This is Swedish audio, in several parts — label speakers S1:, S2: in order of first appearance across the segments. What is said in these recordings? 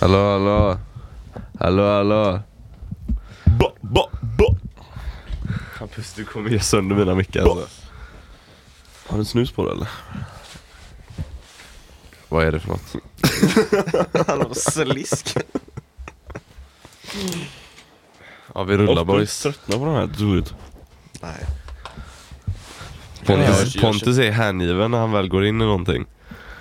S1: Hallå, hallå. Hallå, hallå.
S2: Ba, ba, ba. Hampus, du kommer ge sönder mina mickar alltså. Har du snus på dig eller?
S1: Vad är det för något?
S3: Han har slisk.
S1: Ja, vi rullar boys.
S2: tröttnar på den här dude.
S3: Nej.
S1: Pontus,
S3: Jag
S2: köp-
S1: Pontus är hängiven när han väl går in i någonting.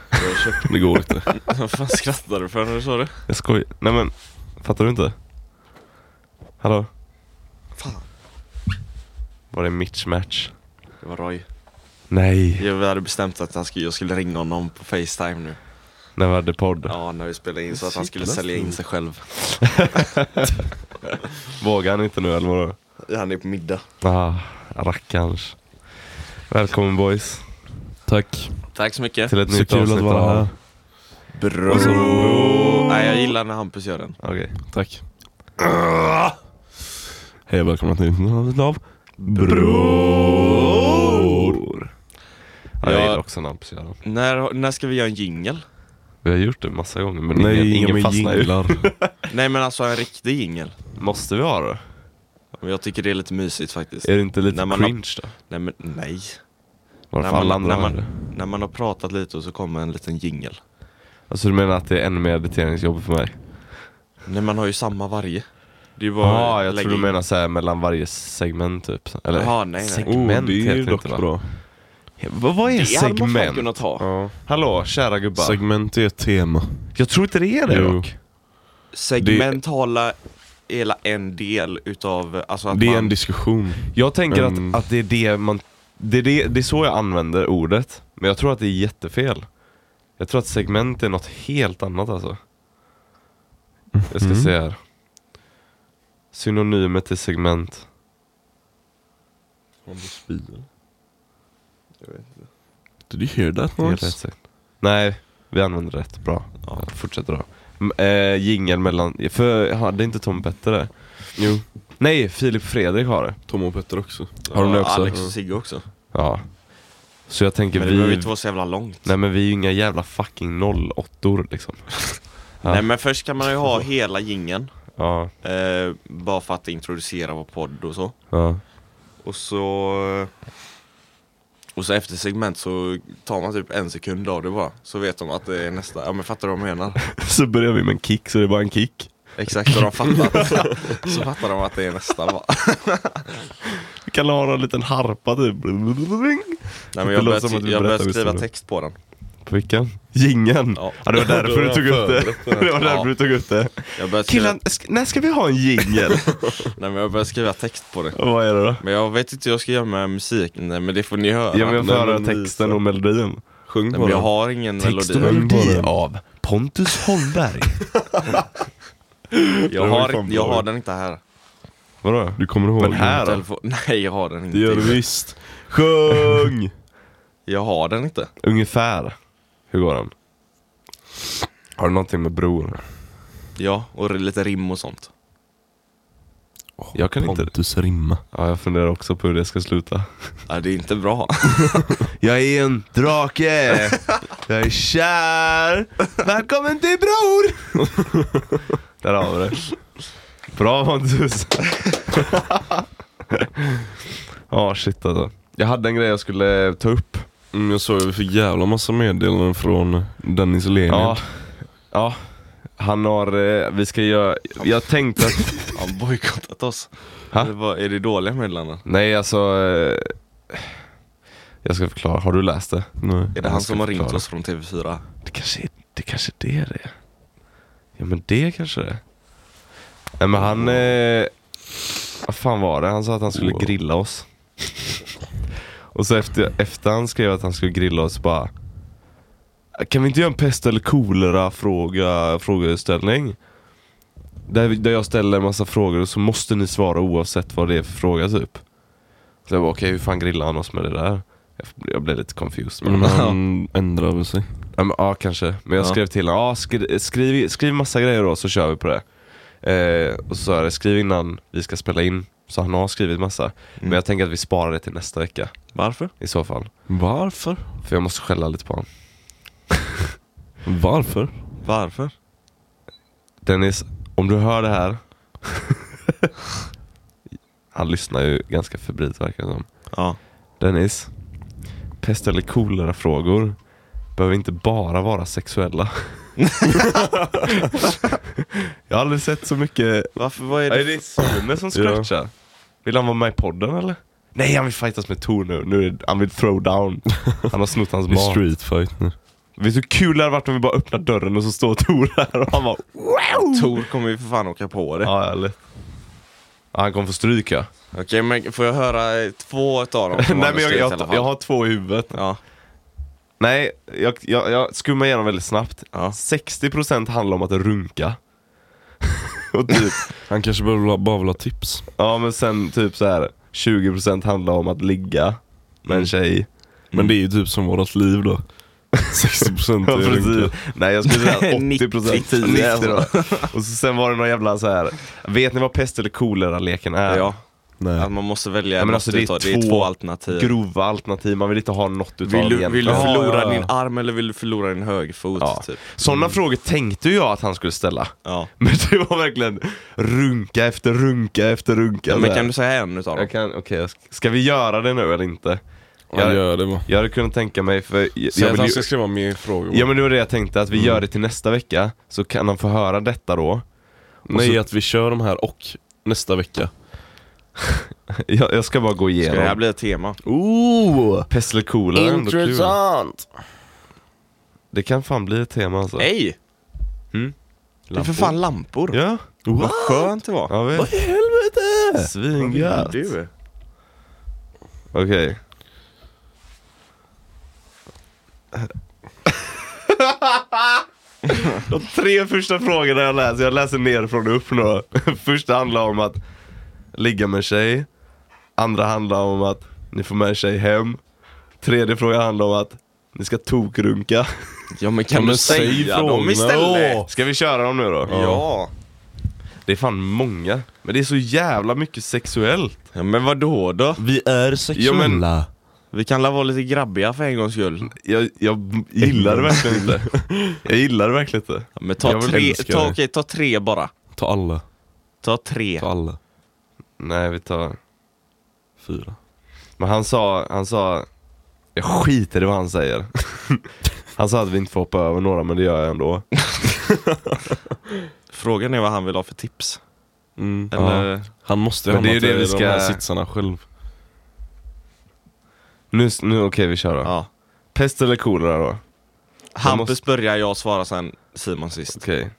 S2: Jag köpte... Det går inte.
S3: Vad fan skrattar du för när du sa det?
S1: Jag skojar. Nej men, fattar du inte? Hallå?
S3: Fan.
S1: Var det Mitch match?
S3: Det var Roy.
S1: Nej,
S3: Jag vi hade bestämt att han skulle, jag skulle ringa honom på Facetime nu.
S1: när vi hade podd.
S3: Ja, alltså. när vi spelade in så att han skulle sälja in sig själv.
S1: Vågar han inte nu eller vadå?
S3: Han är på middag.
S1: Ah, rackarns. Välkommen boys.
S2: Tack.
S3: Tack så mycket.
S1: Till ett
S2: Så
S1: nytt
S2: kul att
S1: avsnitt
S2: vara
S1: av-
S2: här.
S3: Bro. Nej, jag gillar när Hampus gör den.
S1: Okej.
S2: Tack. Hej och välkomna till ett avsnitt av Bror.
S1: Ja, jag
S3: Ja.
S1: gillar också Nampus gör den.
S3: När, när ska vi göra en jingel?
S1: Vi har gjort det massa gånger men
S2: Nej,
S1: ingen, ingen
S2: men
S1: fastnar ju.
S2: jinglar.
S3: Nej men alltså en riktig jingel.
S1: Måste vi ha det?
S3: Jag tycker det är lite mysigt faktiskt.
S1: Är det inte lite
S3: När man har-
S1: cringe då?
S3: Nej men nej.
S1: Varför
S3: När
S1: alla
S3: man,
S1: andra
S3: när,
S1: har det?
S3: man, när man har pratat lite och så kommer en liten jingel.
S1: Alltså du menar att det är ännu mer editeringsjobb för mig?
S3: Nej man har ju samma varje. Det är ju
S1: Ja,
S3: bara att
S1: Ah, jag
S3: lägga
S1: tror du
S3: in.
S1: menar såhär mellan varje segment typ. Eller
S3: Jaha, nej, nej.
S2: Oh,
S1: segment
S2: det är ju
S1: heter
S2: dock
S1: inte va?
S2: bra.
S1: Vad, vad är
S3: Det hade man fan
S1: segment?
S3: kunnat ha.
S2: Ja.
S1: Hallå kära gubbar.
S2: Segment är ett tema.
S1: jag tror inte det är det
S2: Jo.
S1: dock.
S3: segmentala hela en del utav, alltså att
S2: Det är
S3: man,
S2: en diskussion.
S1: Jag tänker
S2: Mm.
S1: att, att det är det man... Det är, det, det är så jag använder ordet. Men jag tror att det är jättefel. Jag tror att segment är något helt annat alltså. Jag ska
S3: Mm.
S2: Mhm.
S1: se här. Synonymet till segment.
S2: Did you hear that
S1: Det är
S2: noise?
S1: rätt seg- Nej, vi använder rätt. Bra.
S3: Ja.
S1: Jag fortsätter då. M- Eh, jingel mellan... För hade inte Tom Petter det?
S2: Jo,
S1: Nej, Filip Fredrik har det.
S2: Tom och Petter också.
S1: Har de det
S3: Ja,
S1: också?
S3: Alex och Sigge också.
S1: Ja. Så jag tänker
S3: Men det behöver
S1: vi...
S3: inte vara så jävla långt.
S1: Nej men vi är ju inga jävla fucking 08or liksom. Ja.
S3: Nej men först kan man ju ha hela gingen
S1: Ja.
S3: eh, bara för att introducera vår podd och så.
S1: Ja.
S3: Och så... Och så efter segment så tar man typ en sekund av det bara. Så vet de att det är nästa, ja men fattar du vad jag menar?
S1: Så börjar vi med en kick så det är bara en kick.
S3: Exakt, så de fattar. så fattar de att det är nästa bara.
S1: Vi kan ha en liten harpa typ.
S3: Nej men
S1: Det
S3: jag
S1: låter
S3: börjar,
S1: som att
S3: ti-
S1: vi
S3: jag börjar
S1: berättar
S3: skriva
S1: historier.
S3: text på den.
S1: På vilken? Gingen. Ja.
S3: Ja.
S1: det var därför du tog upp det. Det var därför du tog upp det.
S3: Jag börjar skriva,
S1: Killen, sk- när ska vi ha en jingel?
S3: nej men jag börjar skriva text på det.
S1: Vad är det då?
S3: Men jag vet inte hur jag ska göra med musiken, nej men det får ni höra.
S1: Ja men jag får
S2: Nej,
S1: höra
S2: men vi-
S1: texten och melodin.
S2: Sjung
S3: nej,
S2: på
S3: men jag
S2: den.
S3: har ingen melodi.
S2: melodi.
S1: av Pontus Holmberg.
S3: Jag
S2: Det var ju fan
S3: har,
S2: bra.
S3: jag har den inte här.
S1: Vadå?
S2: Du kommer ihåg
S1: Men här då?
S3: Telefon. Nej jag har den inte.
S2: Det gör du visst. Sjung!
S3: Jag har den inte.
S1: Ungefär. Hur går den? Har du någonting med bror?
S3: Ja, och lite rim och sånt.
S1: Jag kan inte-
S2: Pontus rimma.
S1: Ja, jag funderar också på hur det ska sluta.
S3: Nej det är inte bra.
S1: Jag är en drake, jag är kär, välkommen till bror! Där har vi det. Bra Pontus! Ja shit alltså. Jag hade en grej jag skulle ta upp.
S2: Mm, jag såg ju för jävla massa meddelanden från Dennis Lenin.
S1: Ja. ja. Han har, eh, vi ska göra, jag tänkte att,
S3: Han bojkottat oss.
S1: Ha?
S3: Eller vad- är det dåliga meddelanden?
S1: nej alltså. eh, Jag ska förklara, har du läst det?
S2: Nej.
S3: Är det
S1: Jag
S3: han
S1: ska
S3: som har ringt
S1: förklara.
S3: oss från TV4?
S1: Det kanske, är- det kanske är det det är. Ja men det kanske det är. Nej men han... Eh, vad fan var det? Han sa att han skulle
S2: Wow.
S1: grilla oss. Och så efter, efter han skrev att han skulle grilla oss bara... Kan vi inte göra en pest eller kolera fråga, frågeställning? Där, vi- där jag ställer en massa frågor och så måste ni svara oavsett vad det är för fråga typ. Så jag bara okej hur fan grillar han oss med det där? Jag, jag blev lite confused.
S2: Men han ändrar väl sig.
S1: Ja, men, ja kanske, men jag
S3: Ja.
S1: skrev till honom, ja, skri, skriv, skriv massa grejer då så kör vi på det. Eh, och så sa jag det, skriv innan vi ska spela in. Så han har skrivit massa. Men jag tänker att vi sparar det till nästa vecka
S3: Varför?
S1: i så fall.
S2: Varför?
S1: För jag måste skälla lite på honom.
S2: Varför?
S3: Varför?
S1: Dennis, om du hör det här. Han lyssnar ju ganska febrilt verkar det som.
S3: Ja.
S1: Dennis, pest eller kolera frågor behöver inte bara vara sexuella. jag har aldrig sett så mycket...
S3: Varför, vad är
S1: Är
S3: det?
S1: det Sune som scratchar? Vill han vara med i podden eller? Nej han vill fightas med Tor nu, nu är, det- han vill throw down. Han har snott hans
S2: Det är
S1: mat.
S2: street fight nu.
S1: Vet du hur kul det hade varit om vi bara öppnar dörren och så står Tor där och han bara wow!
S3: Tor kommer ju för fan åka på det.
S1: Ja, ja, lätt. ja, han kommer få stryk ja.
S3: Okej, men får jag höra eh, två utav dem? som
S1: Nej
S3: har
S1: men jag,
S3: skrivit i alla
S1: jag,
S3: fall?
S1: jag har två i huvudet.
S3: Ja.
S1: Nej, jag, jag, jag skummar igenom väldigt snabbt.
S3: Ja.
S1: 60% handlar om att runka. och typ,
S2: Han kanske bara vill ha, bara vill ha tips.
S1: ja men sen typ så här 20% handlar om att ligga med en tjej.
S2: Men det är ju typ som vårat liv då. 60%
S1: Ja,
S2: är
S1: precis.
S2: runka.
S1: Nej jag skulle säga 80%
S3: 90,
S1: 10
S3: alltså.
S1: Och så, sen var det någon jävla så här. vet ni vad pest eller kolera-leken är?
S3: ja. Att
S2: Nej.
S3: man måste välja
S1: Ja, men
S3: något
S1: alltså, det, är
S3: utav-
S1: två
S3: det är två alternativ.
S1: grova alternativ, man vill inte ha något utav
S3: Vill du,
S1: egentligen.
S3: vill du
S1: Ja,
S3: förlora
S1: ja, ja.
S3: din arm eller vill du förlora din högerfot?
S1: Ja.
S3: Typ.
S1: Sådana frågor tänkte jag att han skulle ställa.
S3: Ja.
S1: Men det var verkligen runka efter runka efter runka.
S3: men
S1: Så
S3: kan
S1: här.
S3: du säga en utav dem?
S1: jag kan, okay, jag ska, ska vi göra det nu eller inte?
S2: Han
S1: Jag,
S2: gör det va.
S1: jag hade kunnat tänka mig, för jag,
S2: Säg
S1: jag
S2: att
S1: vill
S2: han
S1: ju,
S2: ska skriva mer frågor.
S1: Ja men det var det jag tänkte, att vi
S3: Mm.
S1: gör det till nästa vecka, så kan han få höra detta då. Och
S2: Nej
S1: så,
S2: att vi kör de här och nästa vecka.
S1: jag, jag ska bara gå
S3: Ska det här
S1: igenom.
S3: bli ett tema?
S2: Ooh!
S1: Pest eller kolera är ändå kul. Det kan fan bli ett tema alltså.
S3: Nej!
S1: Mm.
S3: Det är för fan lampor!
S1: Ja,
S3: Vad skönt det var!
S1: jag vet.
S2: i helvete!
S1: Svingött.
S3: Du.
S1: Okej. De tre första frågorna jag läser, jag läser ner från och upp nu. Första handlar om att ligga med en tjej. Andra handlar om att ni får med en tjej hem. Tredje frågan handlar om att ni ska tokrunka.
S3: Ja men
S2: Ja,
S3: kan
S2: men
S3: du
S2: säg
S3: säga
S2: frågorna.
S3: dem istället?
S1: Ska vi köra dem nu då?
S3: Ja.
S1: Det är fan många. Men det är så jävla mycket sexuellt.
S3: ja! Men vad då då?
S2: Vi är sexuella.
S1: Ja, men-
S3: Vi kan la vara lite grabbiga för en gångs skull.
S1: Jag, jag gillar det verkligen inte. Jag gillar det verkligen inte.
S3: Ja, men ta
S2: Jag vill
S3: tre,
S2: älska
S3: ta,
S2: dig.
S3: okej, ta tre bara.
S2: Ta alla.
S3: Ta tre.
S2: Ta alla.
S1: Nej vi tar...
S2: Fyra.
S1: Men han sa, han sa, jag skiter i vad han säger. Han sa att vi inte får hoppa över några, men det gör jag ändå.
S3: Frågan är vad han vill ha för tips.
S2: Mm.
S3: Eller,
S2: Han måste ju
S1: Men
S2: hamna
S1: det är ju
S2: i
S1: det vi
S2: de
S1: ska-
S2: här sitsarna själv.
S1: Nu, nu okej vi kör då.
S3: ja.
S1: Pest eller kolera då?
S3: Hampus
S1: måste-
S3: börjar, jag svarar sen Simon sist.
S1: Okej.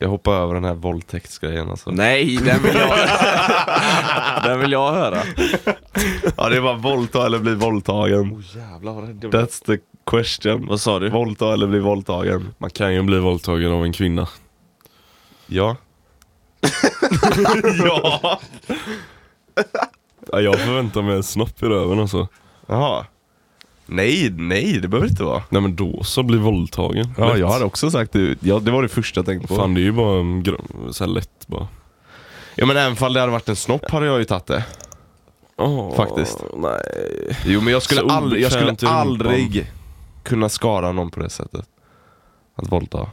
S1: Jag hoppar över den här våldtäktsgrejen alltså.
S3: Nej, den vill jag Den vill jag höra.
S1: Ja det är bara våldta eller bli våldtagen.
S3: Jävlar vad rädd jag blev.
S1: That's the question.
S3: Vad sa du?
S1: Våldta eller bli våldtagen?
S2: Man kan ju bli våldtagen av en kvinna.
S1: Ja. ja!
S2: Ja, jag förväntar mig en snopp i röven alltså.
S1: Jaha. Nej, nej det behöver inte vara.
S2: Nej men då så, bli våldtagen.
S1: Ja,
S2: Lätt.
S1: jag hade också sagt det. Ja, det var det första jag tänkte på.
S2: Fan det är ju bara en grön, så här lätt bara.
S1: Ja men även fall det hade varit en snopp hade jag ju tagit det.
S2: Oh,
S1: Faktiskt.
S2: Nej.
S1: Jo men jag skulle,
S2: Så
S1: aldrig, jag
S2: obekvämt i
S1: skulle
S2: rumpan.
S1: aldrig kunna skada någon på det sättet. Att våldta.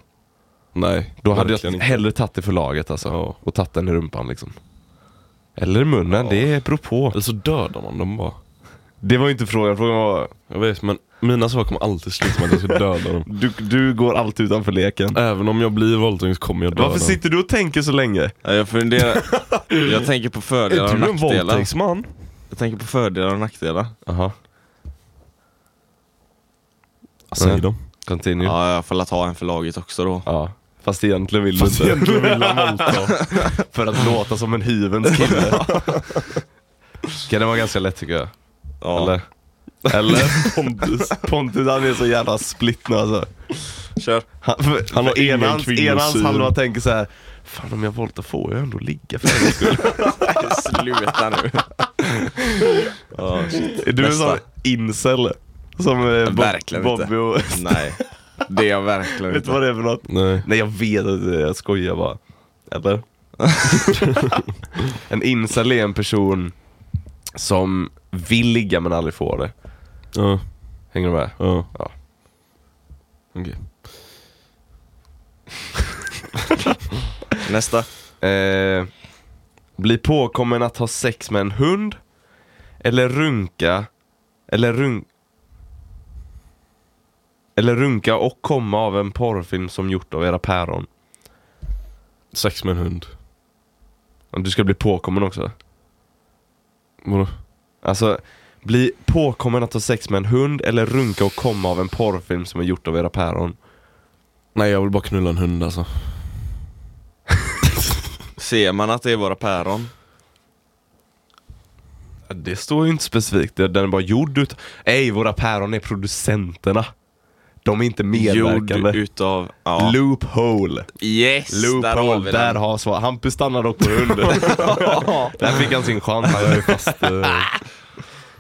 S2: Nej.
S1: Då hade jag
S2: verkligen inte.
S1: hellre tagit det för laget alltså.
S2: Ja.
S1: Och tagit den i rumpan liksom. Eller i munnen, det beror på.
S2: Eller så dödar man dem bara.
S1: Det var ju inte frågan, frågan var
S2: Jag vet men mina svar kommer alltid sluta med att jag ska döda dem.
S1: du, du går alltid utanför leken.
S2: Även om jag blir våldtagen så kommer jag döda
S1: Varför sitter du och tänker så länge?
S3: Ja, Jag funderar. Jag tänker på fördelar och
S2: dem. Är du en
S3: nackdelar.
S2: våldtäktsman?
S3: Jag tänker på fördelar och nackdelar.
S1: Jaha,
S2: Säg dem.
S1: continue. Ja.
S3: Ja, jag får ta en för laget också då.
S1: Fast egentligen vill du inte.
S2: Egentligen vill han våldta.
S1: För att låta som en hyvens kille. kan det vara ganska lätt tycker jag.
S3: Ja.
S1: Eller? Eller? Pontus. Pontus han är så jävla split nu alltså.
S3: Kör.
S1: Han, för,
S2: Han har
S1: för
S2: ingen
S1: ena hans-
S2: kvinnosyn.
S1: ena hans halva tänker så här. Fan om jag våldtar får jag ändå ligga för hennes skull.
S3: Sluta nu. Ja, shit.
S1: Är du en
S3: Nästa.
S1: sån incel? Som eh, Bob,
S3: Verkligen
S1: Bobby
S3: inte.
S1: och...
S3: Nej, det är jag verkligen
S1: vet du
S3: inte.
S1: vad det är för något?
S2: Nej.
S1: Nej jag vet inte, jag skojar bara. Eller? en incel är en person som vill ligga men aldrig får det.
S2: Ja,
S1: Hänger du med?
S2: ja.
S1: Ja.
S2: Okej.
S3: Nästa.
S1: Eh, bli påkommen att ha sex med en hund. Eller runka. Eller run... Eller runka och komma av en porrfilm som gjort av era päron.
S2: Sex med en hund.
S1: Du ska bli påkommen också.
S2: Vadå?
S1: Alltså, bli påkommen att ha sex med en hund eller runka och komma av en porrfilm som är gjort av era päron.
S2: Nej jag vill bara knulla en hund alltså.
S3: Ser man att det är våra päron?
S1: Det står ju inte specifikt, den är bara gjord ut... Ej, våra päron är producenterna. De är inte medverkande.
S3: Gjord utav... Ja.
S1: Loophole.
S3: Yes! där har vi
S1: Loophole, där
S3: den.
S1: har svar. Hampus stannar dock på hund. där fick han sin chans, han var ju fast... eh,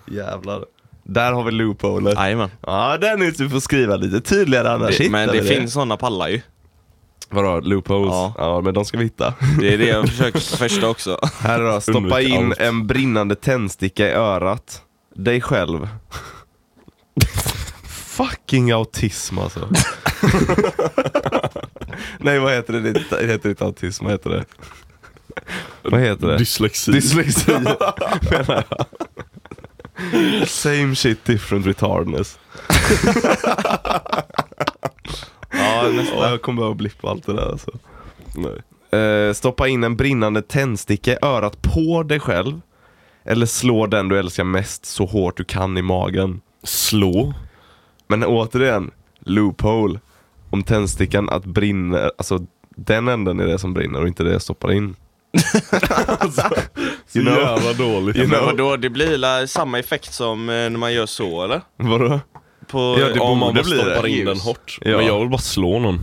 S1: Jävlar. Där har vi loopholet.
S3: Jajamän.
S1: Ja, den är du får skriva lite tydligare annars
S3: Det- Men
S1: hittar
S3: det
S1: vi
S3: finns sådana pallar ju.
S1: Vadå, loopholes?
S3: Ja.
S1: Ja. men de ska vi hitta.
S3: Det är det jag försöker första också.
S1: Här då, stoppa
S2: Undvik
S1: in
S2: allt.
S1: en brinnande tändsticka i örat. Dig själv. Fucking autism alltså. Nej vad heter det? Det heter inte autism, vad heter det? Vad heter det?
S2: Dyslexi.
S1: Dyslexi menar jag. Same shit different retardness.
S3: Ja, nästa.
S1: Ja, jag kommer behöva blippa allt det där alltså. Eh, stoppa in en brinnande tändsticka i örat på dig själv. Eller slå den du älskar mest så hårt du kan i magen.
S2: Slå.
S1: Men återigen, loophole. Om tändstickan att brinner, alltså den änden är det som brinner och inte det jag stoppar in.
S2: Så
S1: You know.
S2: jävla dåligt.
S1: You
S3: Men
S1: know.
S3: vadå, det blir la samma effekt som eh, när man gör så eller?
S1: Vadå?
S3: På,
S1: Ja, det
S3: om man
S1: borde
S3: bara
S1: bli det.
S3: stoppar
S2: Bara in
S3: ljus.
S2: den hårt.
S1: Ja.
S2: Men jag vill bara slå någon.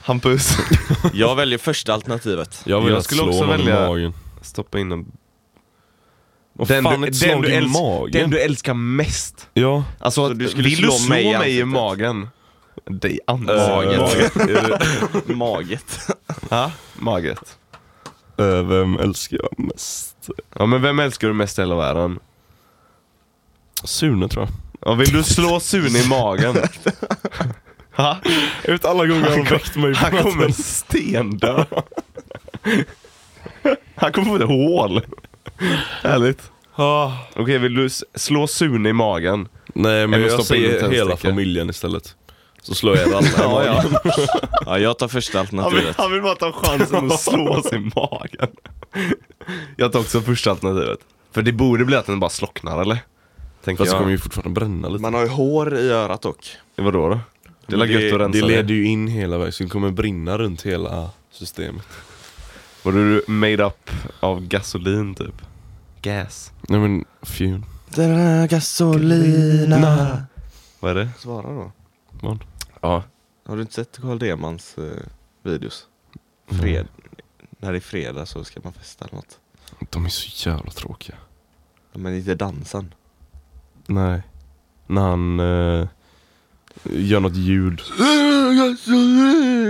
S1: Hampus?
S3: Jag väljer första alternativet.
S2: Jag vill
S1: Jag
S2: att
S1: skulle
S2: slå
S1: också
S2: någon
S1: välja-
S2: i magen.
S1: Stoppa in en...
S2: Vad
S1: Den
S2: fan,
S1: du-
S2: ett
S1: den
S2: slag
S1: du
S2: i
S1: älsk-
S2: magen?
S1: Den du älskar mest.
S2: Ja.
S1: Alltså,
S3: Så
S1: att-
S3: du skulle
S1: vill
S3: slå
S1: du slå
S3: mig i
S1: mig, i
S3: ansiktet?
S1: magen? Dig ansiktet.
S2: Äh,
S3: Maget.
S2: Är det-
S3: Maget.
S1: Ja, maget.
S2: Eh, Vem älskar jag mest?
S1: Ja men vem älskar du mest i hela världen?
S2: Sune tror jag.
S1: Ja, vill du slå Sune i magen? Ha?
S2: Jag vet alla gånger han väckt mig
S1: Han kommer stendö. Han kommer få ett hål. Härligt.
S2: Ah.
S1: Okej, vill du s- slå Sune i magen?
S2: Nej men
S1: Eller
S2: jag,
S1: stoppa in en
S2: säger hela
S1: tändsticka.
S2: familjen istället. Så slår jag er alla i magen.
S3: Ja, jag tar första
S1: Han vill,
S3: alternativet.
S1: han vill bara ta chansen att slå oss i magen. Jag tar också första alternativet. För det borde bli att den bara slocknar eller? Tänker
S2: Fast det
S1: jag.
S2: kommer ju fortfarande bränna lite.
S3: Man har ju hår i örat dock.
S1: Vadå då? Det är väl
S3: Det-
S1: gött att rensa
S2: Det
S1: det.
S2: leder ju in hela vägen, så det kommer brinna runt hela systemet.
S1: Var du made up av gasolin typ? Gas.
S2: Nej men, fjun.
S3: Gasolina.
S1: Vad är det?
S3: Svara då.
S2: Vad?
S1: Ja.
S3: Har du inte sett Carl Demans eh, videos?
S1: Mm.
S3: Fred... När det är fredag så ska man festa eller något.
S2: De är så jävla tråkiga.
S3: Ja, Men inte dansen.
S2: Nej. När han eh, gör något ljud.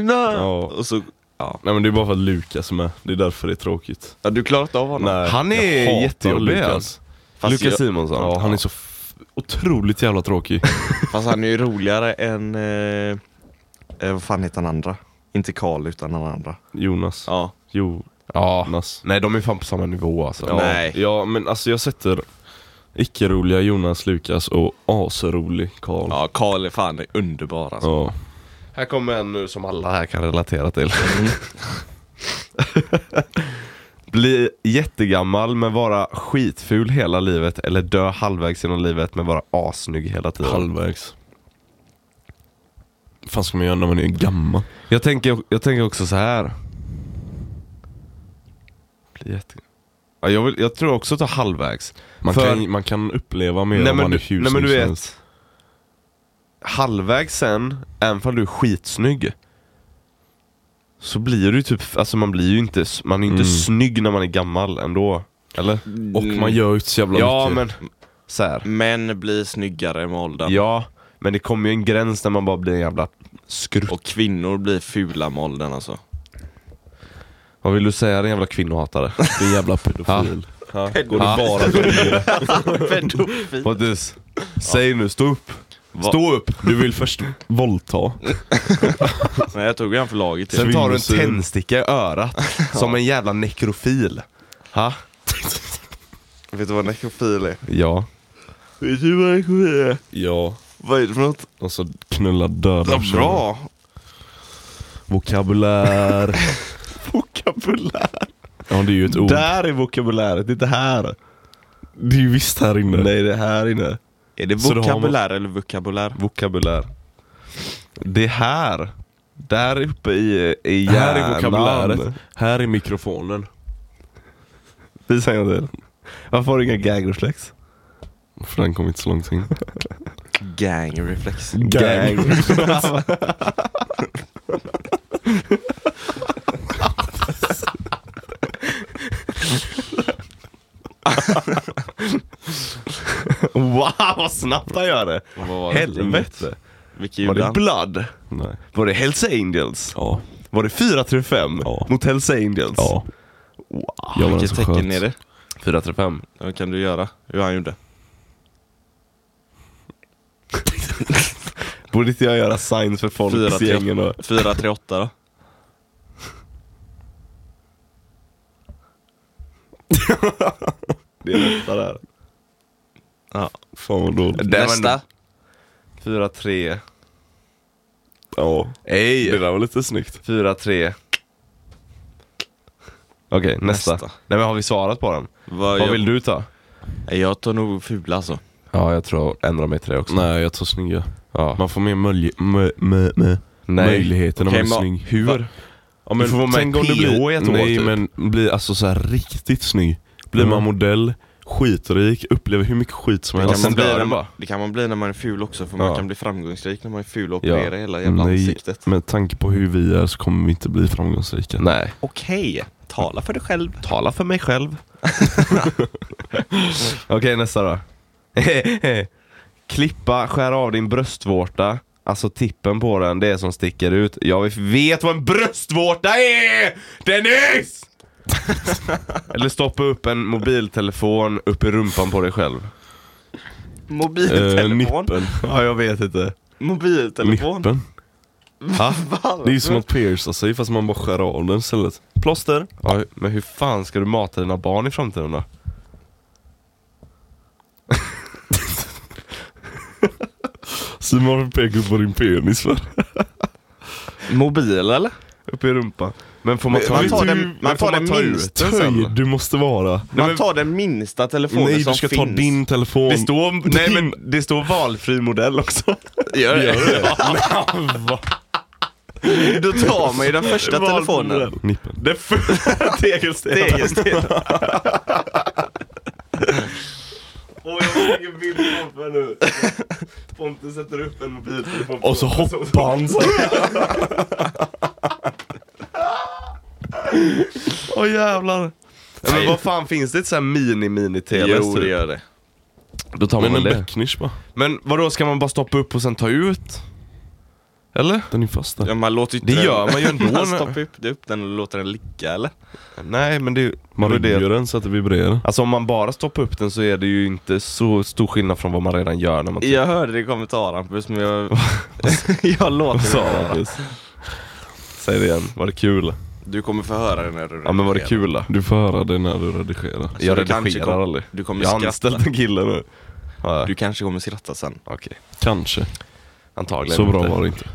S2: Ja.
S3: Och så,
S2: Nej men det är bara för att Lukas är med, det är därför det är tråkigt.
S3: ja, du klarat av honom?
S2: Nej,
S1: Han är
S2: jag hatar
S1: jättejobbig,
S2: Lukas.
S3: Fast
S1: Lukas
S3: jag-
S1: Simonsson.
S2: alltså. Ja, han är så f- otroligt jävla tråkig.
S3: Fast han är ju roligare än... Eh, eh, vad fan heter han andra? Inte Karl utan den andra.
S2: Jonas.
S3: Ja.
S2: Jonas.
S1: Ja. Nej, de är fan på samma nivå alltså.
S3: Ja. Nej.
S2: Ja men alltså jag sätter icke-roliga Jonas Lukas och asrolig Karl.
S3: Ja, Karl är fan underbar alltså.
S2: Ja.
S1: Här kommer en nu som alla här kan relatera till. Bli jättegammal men vara skitful hela livet eller dö halvvägs genom livet men vara assnygg hela tiden.
S2: Halvvägs. Vad fan ska man göra när man är gammal?
S1: Jag, tänker, jag tänker också så här. Bli jätte... ja, jag, vill, jag tror också att ta halvvägs.
S2: Man,
S1: För-
S2: kan, man kan uppleva mer
S1: Nej
S2: om
S1: men,
S2: man är
S1: du,
S2: hur
S1: nej men
S2: snygg
S1: du
S2: som
S1: vet,
S2: helst.
S1: halvvägs sen, även om du är skitsnygg Så blir du typ, alltså man blir ju inte, man är ju inte
S2: Mm.
S1: snygg när man är gammal ändå Eller?
S2: Och man gör ju inte så jävla
S1: Ja
S2: mycket.
S1: men, så här.
S3: Män blir snyggare med åldern.
S1: Ja, men det kommer ju en gräns där man bara blir en jävla skrutt
S3: Och kvinnor blir fula med åldern alltså.
S1: Vad vill du säga din jävla kvinnohatare?
S2: Din jävla pedofil.
S1: Går du bara
S3: Pedofil.
S1: Pontus, säg nu, stå upp! Va?
S2: Stå upp, du vill först våldta.
S3: Nej jag tog en för laget.
S1: Sen tar du en
S2: Svinsyn.
S1: tändsticka i örat, som en jävla nekrofil. Ha?
S3: Vet du vad nekrofil är?
S1: Ja.
S3: Vet du vad nekrofil är?
S2: Ja.
S3: Vad är det för något?
S2: Och så knulla döda
S3: Ja,
S2: personer.
S3: bra!
S2: Vokabulär.
S1: Vokabulär.
S2: Ja det är ju ett ord.
S1: Där är vokabuläret, inte här.
S2: Det är ju visst här inne.
S1: Nej, det är här inne.
S3: Är det
S2: Så då har man-
S3: vokabulär eller vokabulär?
S1: Vokabulär. Det här. Där uppe i, i
S2: Det
S1: hjärnan.
S2: Här är vokabuläret. Här är mikrofonen.
S1: Visa en gång till. Varför har du inga gagreflex?
S2: För den kom inte så långt in.
S3: Gangreflex.
S2: Gang.
S1: wow, vad snabbt han gör det!
S3: Vad var det?
S1: Helvete!
S3: Vilket
S1: Var
S3: ljud
S1: det
S3: den?
S1: Blood?
S2: Nej.
S1: Var det Hells Angels?
S2: Ja.
S1: Var det 435
S2: Ja.
S1: mot Hells Angels?
S2: Ja.
S1: Wow.
S2: Jag var den
S3: Vilket
S2: som
S3: tecken
S2: sköt.
S3: är det?
S1: 435.
S3: Vad kan du göra? Hur han gjorde?
S1: Borde inte jag göra signs för folk i gängen och...
S3: 438 då?
S1: Det är nästa där.
S3: Ja.
S2: Fan vad dåligt.
S1: Det var
S3: Nästa?
S1: ändå- 4-3.
S2: Ja.
S1: Ej!
S2: Det där var lite snyggt.
S1: 4-3. Okej, nästa.
S3: Nästa.
S1: Nej men har vi svarat på den?
S3: Vad,
S1: Vad
S3: jag,
S1: vill du ta?
S3: jag tar nog fula alltså.
S1: Ja, jag tror jag ändrar mig till det också.
S2: Nej jag tar snygga.
S1: Ja.
S2: Man får mer mölje, mö, mö, mö.
S1: Nej.
S2: möjligheter när
S3: Okej,
S2: man är
S3: men-
S2: snygg.
S3: va?
S2: Ja, men
S1: Du får vara med
S2: tänk
S1: i
S2: om du
S1: PH
S2: blir,
S1: i ett år,
S2: Nej
S1: typ.
S2: men blir alltså så här riktigt snygg. Blir
S1: Mm.
S2: man modell, skitrik, upplever hur mycket skit som
S1: Ja,
S2: helst.
S1: sen
S3: man bli
S1: dör den
S3: när,
S1: bara.
S3: det kan man bli när man är ful också för
S1: Ja.
S3: man kan bli framgångsrik när man är ful och
S1: Ja.
S3: opererar hela jävla
S2: Nej.
S3: ansiktet.
S2: Med tanke på hur vi är så kommer vi inte bli framgångsrika.
S1: Nej.
S3: Okej, tala för dig själv.
S1: Tala för mig själv. Okej, nästa då. Klippa, skära av din bröstvårta. Alltså tippen på den, det är som sticker ut. Jag vet vad en bröstvårta är! Dennis! Eller stoppa upp en mobiltelefon upp i rumpan på dig själv.
S2: Eh,
S3: Mobiltelefon.
S2: nippen.
S1: Ja, jag vet inte.
S3: Mobiltelefon.
S2: Nippen.
S1: Va?
S2: Det är ju som att pierca
S1: alltså,
S2: sig fast man bara skär av den istället. Plåster.
S1: Ja, men hur fan ska du mata dina barn i framtiden då?
S2: Simon varför pekar du på din penis för?
S3: Mobil eller?
S1: Upp i rumpan. Men får man ta
S3: man
S1: ut-
S3: tar den-
S1: men
S3: man
S1: får
S3: tar den
S1: ta ut
S3: minst
S1: den sen?
S2: Töj du måste vara.
S3: Man tar den minsta telefonen
S2: Nej
S3: som
S2: du ska
S3: finns.
S2: ta din telefon.
S1: Det står, nej, men det står valfri modell också.
S3: Gör det? Då tar man ju den första telefonen.
S2: Nippen.
S1: Det för... Tegelsten.
S3: Tegelsten.
S1: Åh, jag fick en bild på mig nu. Pontus sätter upp en mobiltelefon på-
S2: Och så hoppar han så
S1: Åh jävlar. Ja, men vad fan finns det ett sånt här mini-mini-tele?
S3: Jo det gör det.
S1: Då tar man
S2: Men en
S1: väl det.
S2: bäcknisch bara.
S1: typ? Men vadå, ska man bara stoppa upp och sen ta ut? Eller?
S2: Den är fast där.
S3: Ja, man låter ju inte
S1: Det
S3: den-
S1: gör man ju ändå.
S3: Man stoppar upp, det upp den och låter den ligga eller?
S1: Nej men det är ju...
S2: Man
S1: det är det.
S2: ryggar den så att det vibrerar.
S1: Alltså om man bara stoppar upp den så är det ju inte så stor skillnad från vad man redan gör när man...
S3: Jag hörde det i kommentaren Hampus, men jag... jag låter
S1: Sa
S3: det
S1: han,
S3: vara.
S1: Hampus. Säg det igen, var det kul?
S3: Du kommer få höra det när du
S1: Ja men var det
S3: redigerar.
S1: kul då?
S2: Du får höra det när du redigerar.
S3: Så
S1: Jag
S3: du kanske
S1: redigerar
S3: kom-
S1: aldrig.
S3: Du kommer
S1: Jag har
S3: skratta.
S1: anställt en kille nu. Ja,
S3: Du kanske kommer skratta sen.
S1: Okej,
S2: Kanske.
S1: antagligen
S2: Så bra
S1: inte.
S2: var det inte.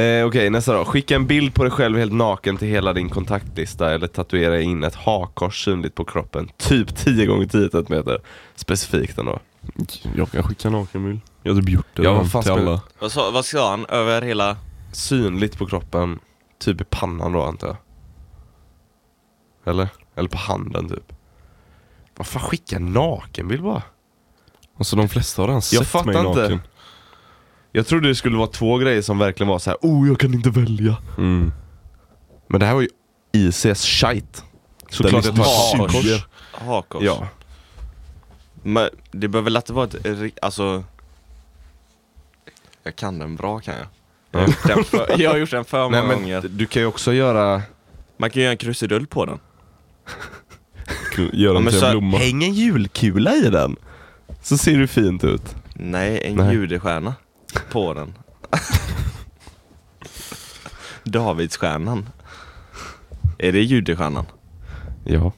S1: Eh, Okej, nästa då. Skicka en bild på dig själv helt naken till hela din kontaktlista eller tatuera in ett hakkors synligt på kroppen. Typ 10 gånger 10 centimeter. Specifikt ändå.
S2: Jag kan skicka nakenbild. Jag har typ gjort det
S1: Ja,
S2: redan
S1: vad fan
S2: till
S1: spelar-
S2: alla.
S3: Vad sa, vad sa han? Över hela...
S1: Synligt på kroppen, typ i pannan då antar jag. Eller? Eller på handen typ. Vad fan, skicka en nakenbild bara.
S2: Alltså de flesta har redan sett
S1: fattar
S2: mig
S1: inte.
S2: naken.
S1: Jag trodde det skulle vara två grejer som verkligen var så här. oh jag kan inte välja.
S2: Mm.
S1: Men det här var ju ICs shite. Såklart
S2: Den
S1: jag tar ett
S2: är
S1: hakkors.
S2: suger.
S3: Hakkors?
S1: Ja.
S3: Men det behöver väl alltid vara ett ri- alltså... Jag kan den bra kan jag. Jag har gjort den för, jag har gjort den för många
S1: Nej men
S3: gånger.
S1: d- du kan ju också göra...
S3: Man kan ju göra en krusidull på den.
S2: Gör
S3: Ja,
S2: den
S3: men
S2: till
S3: så
S2: en
S3: här-
S2: blomma.
S1: Häng en julkula i den! Så ser du fint ut.
S3: Nej, en
S1: Nej.
S3: judestjärna på den. Davidsstjärnan. Är det judestjärnan?
S1: Ja.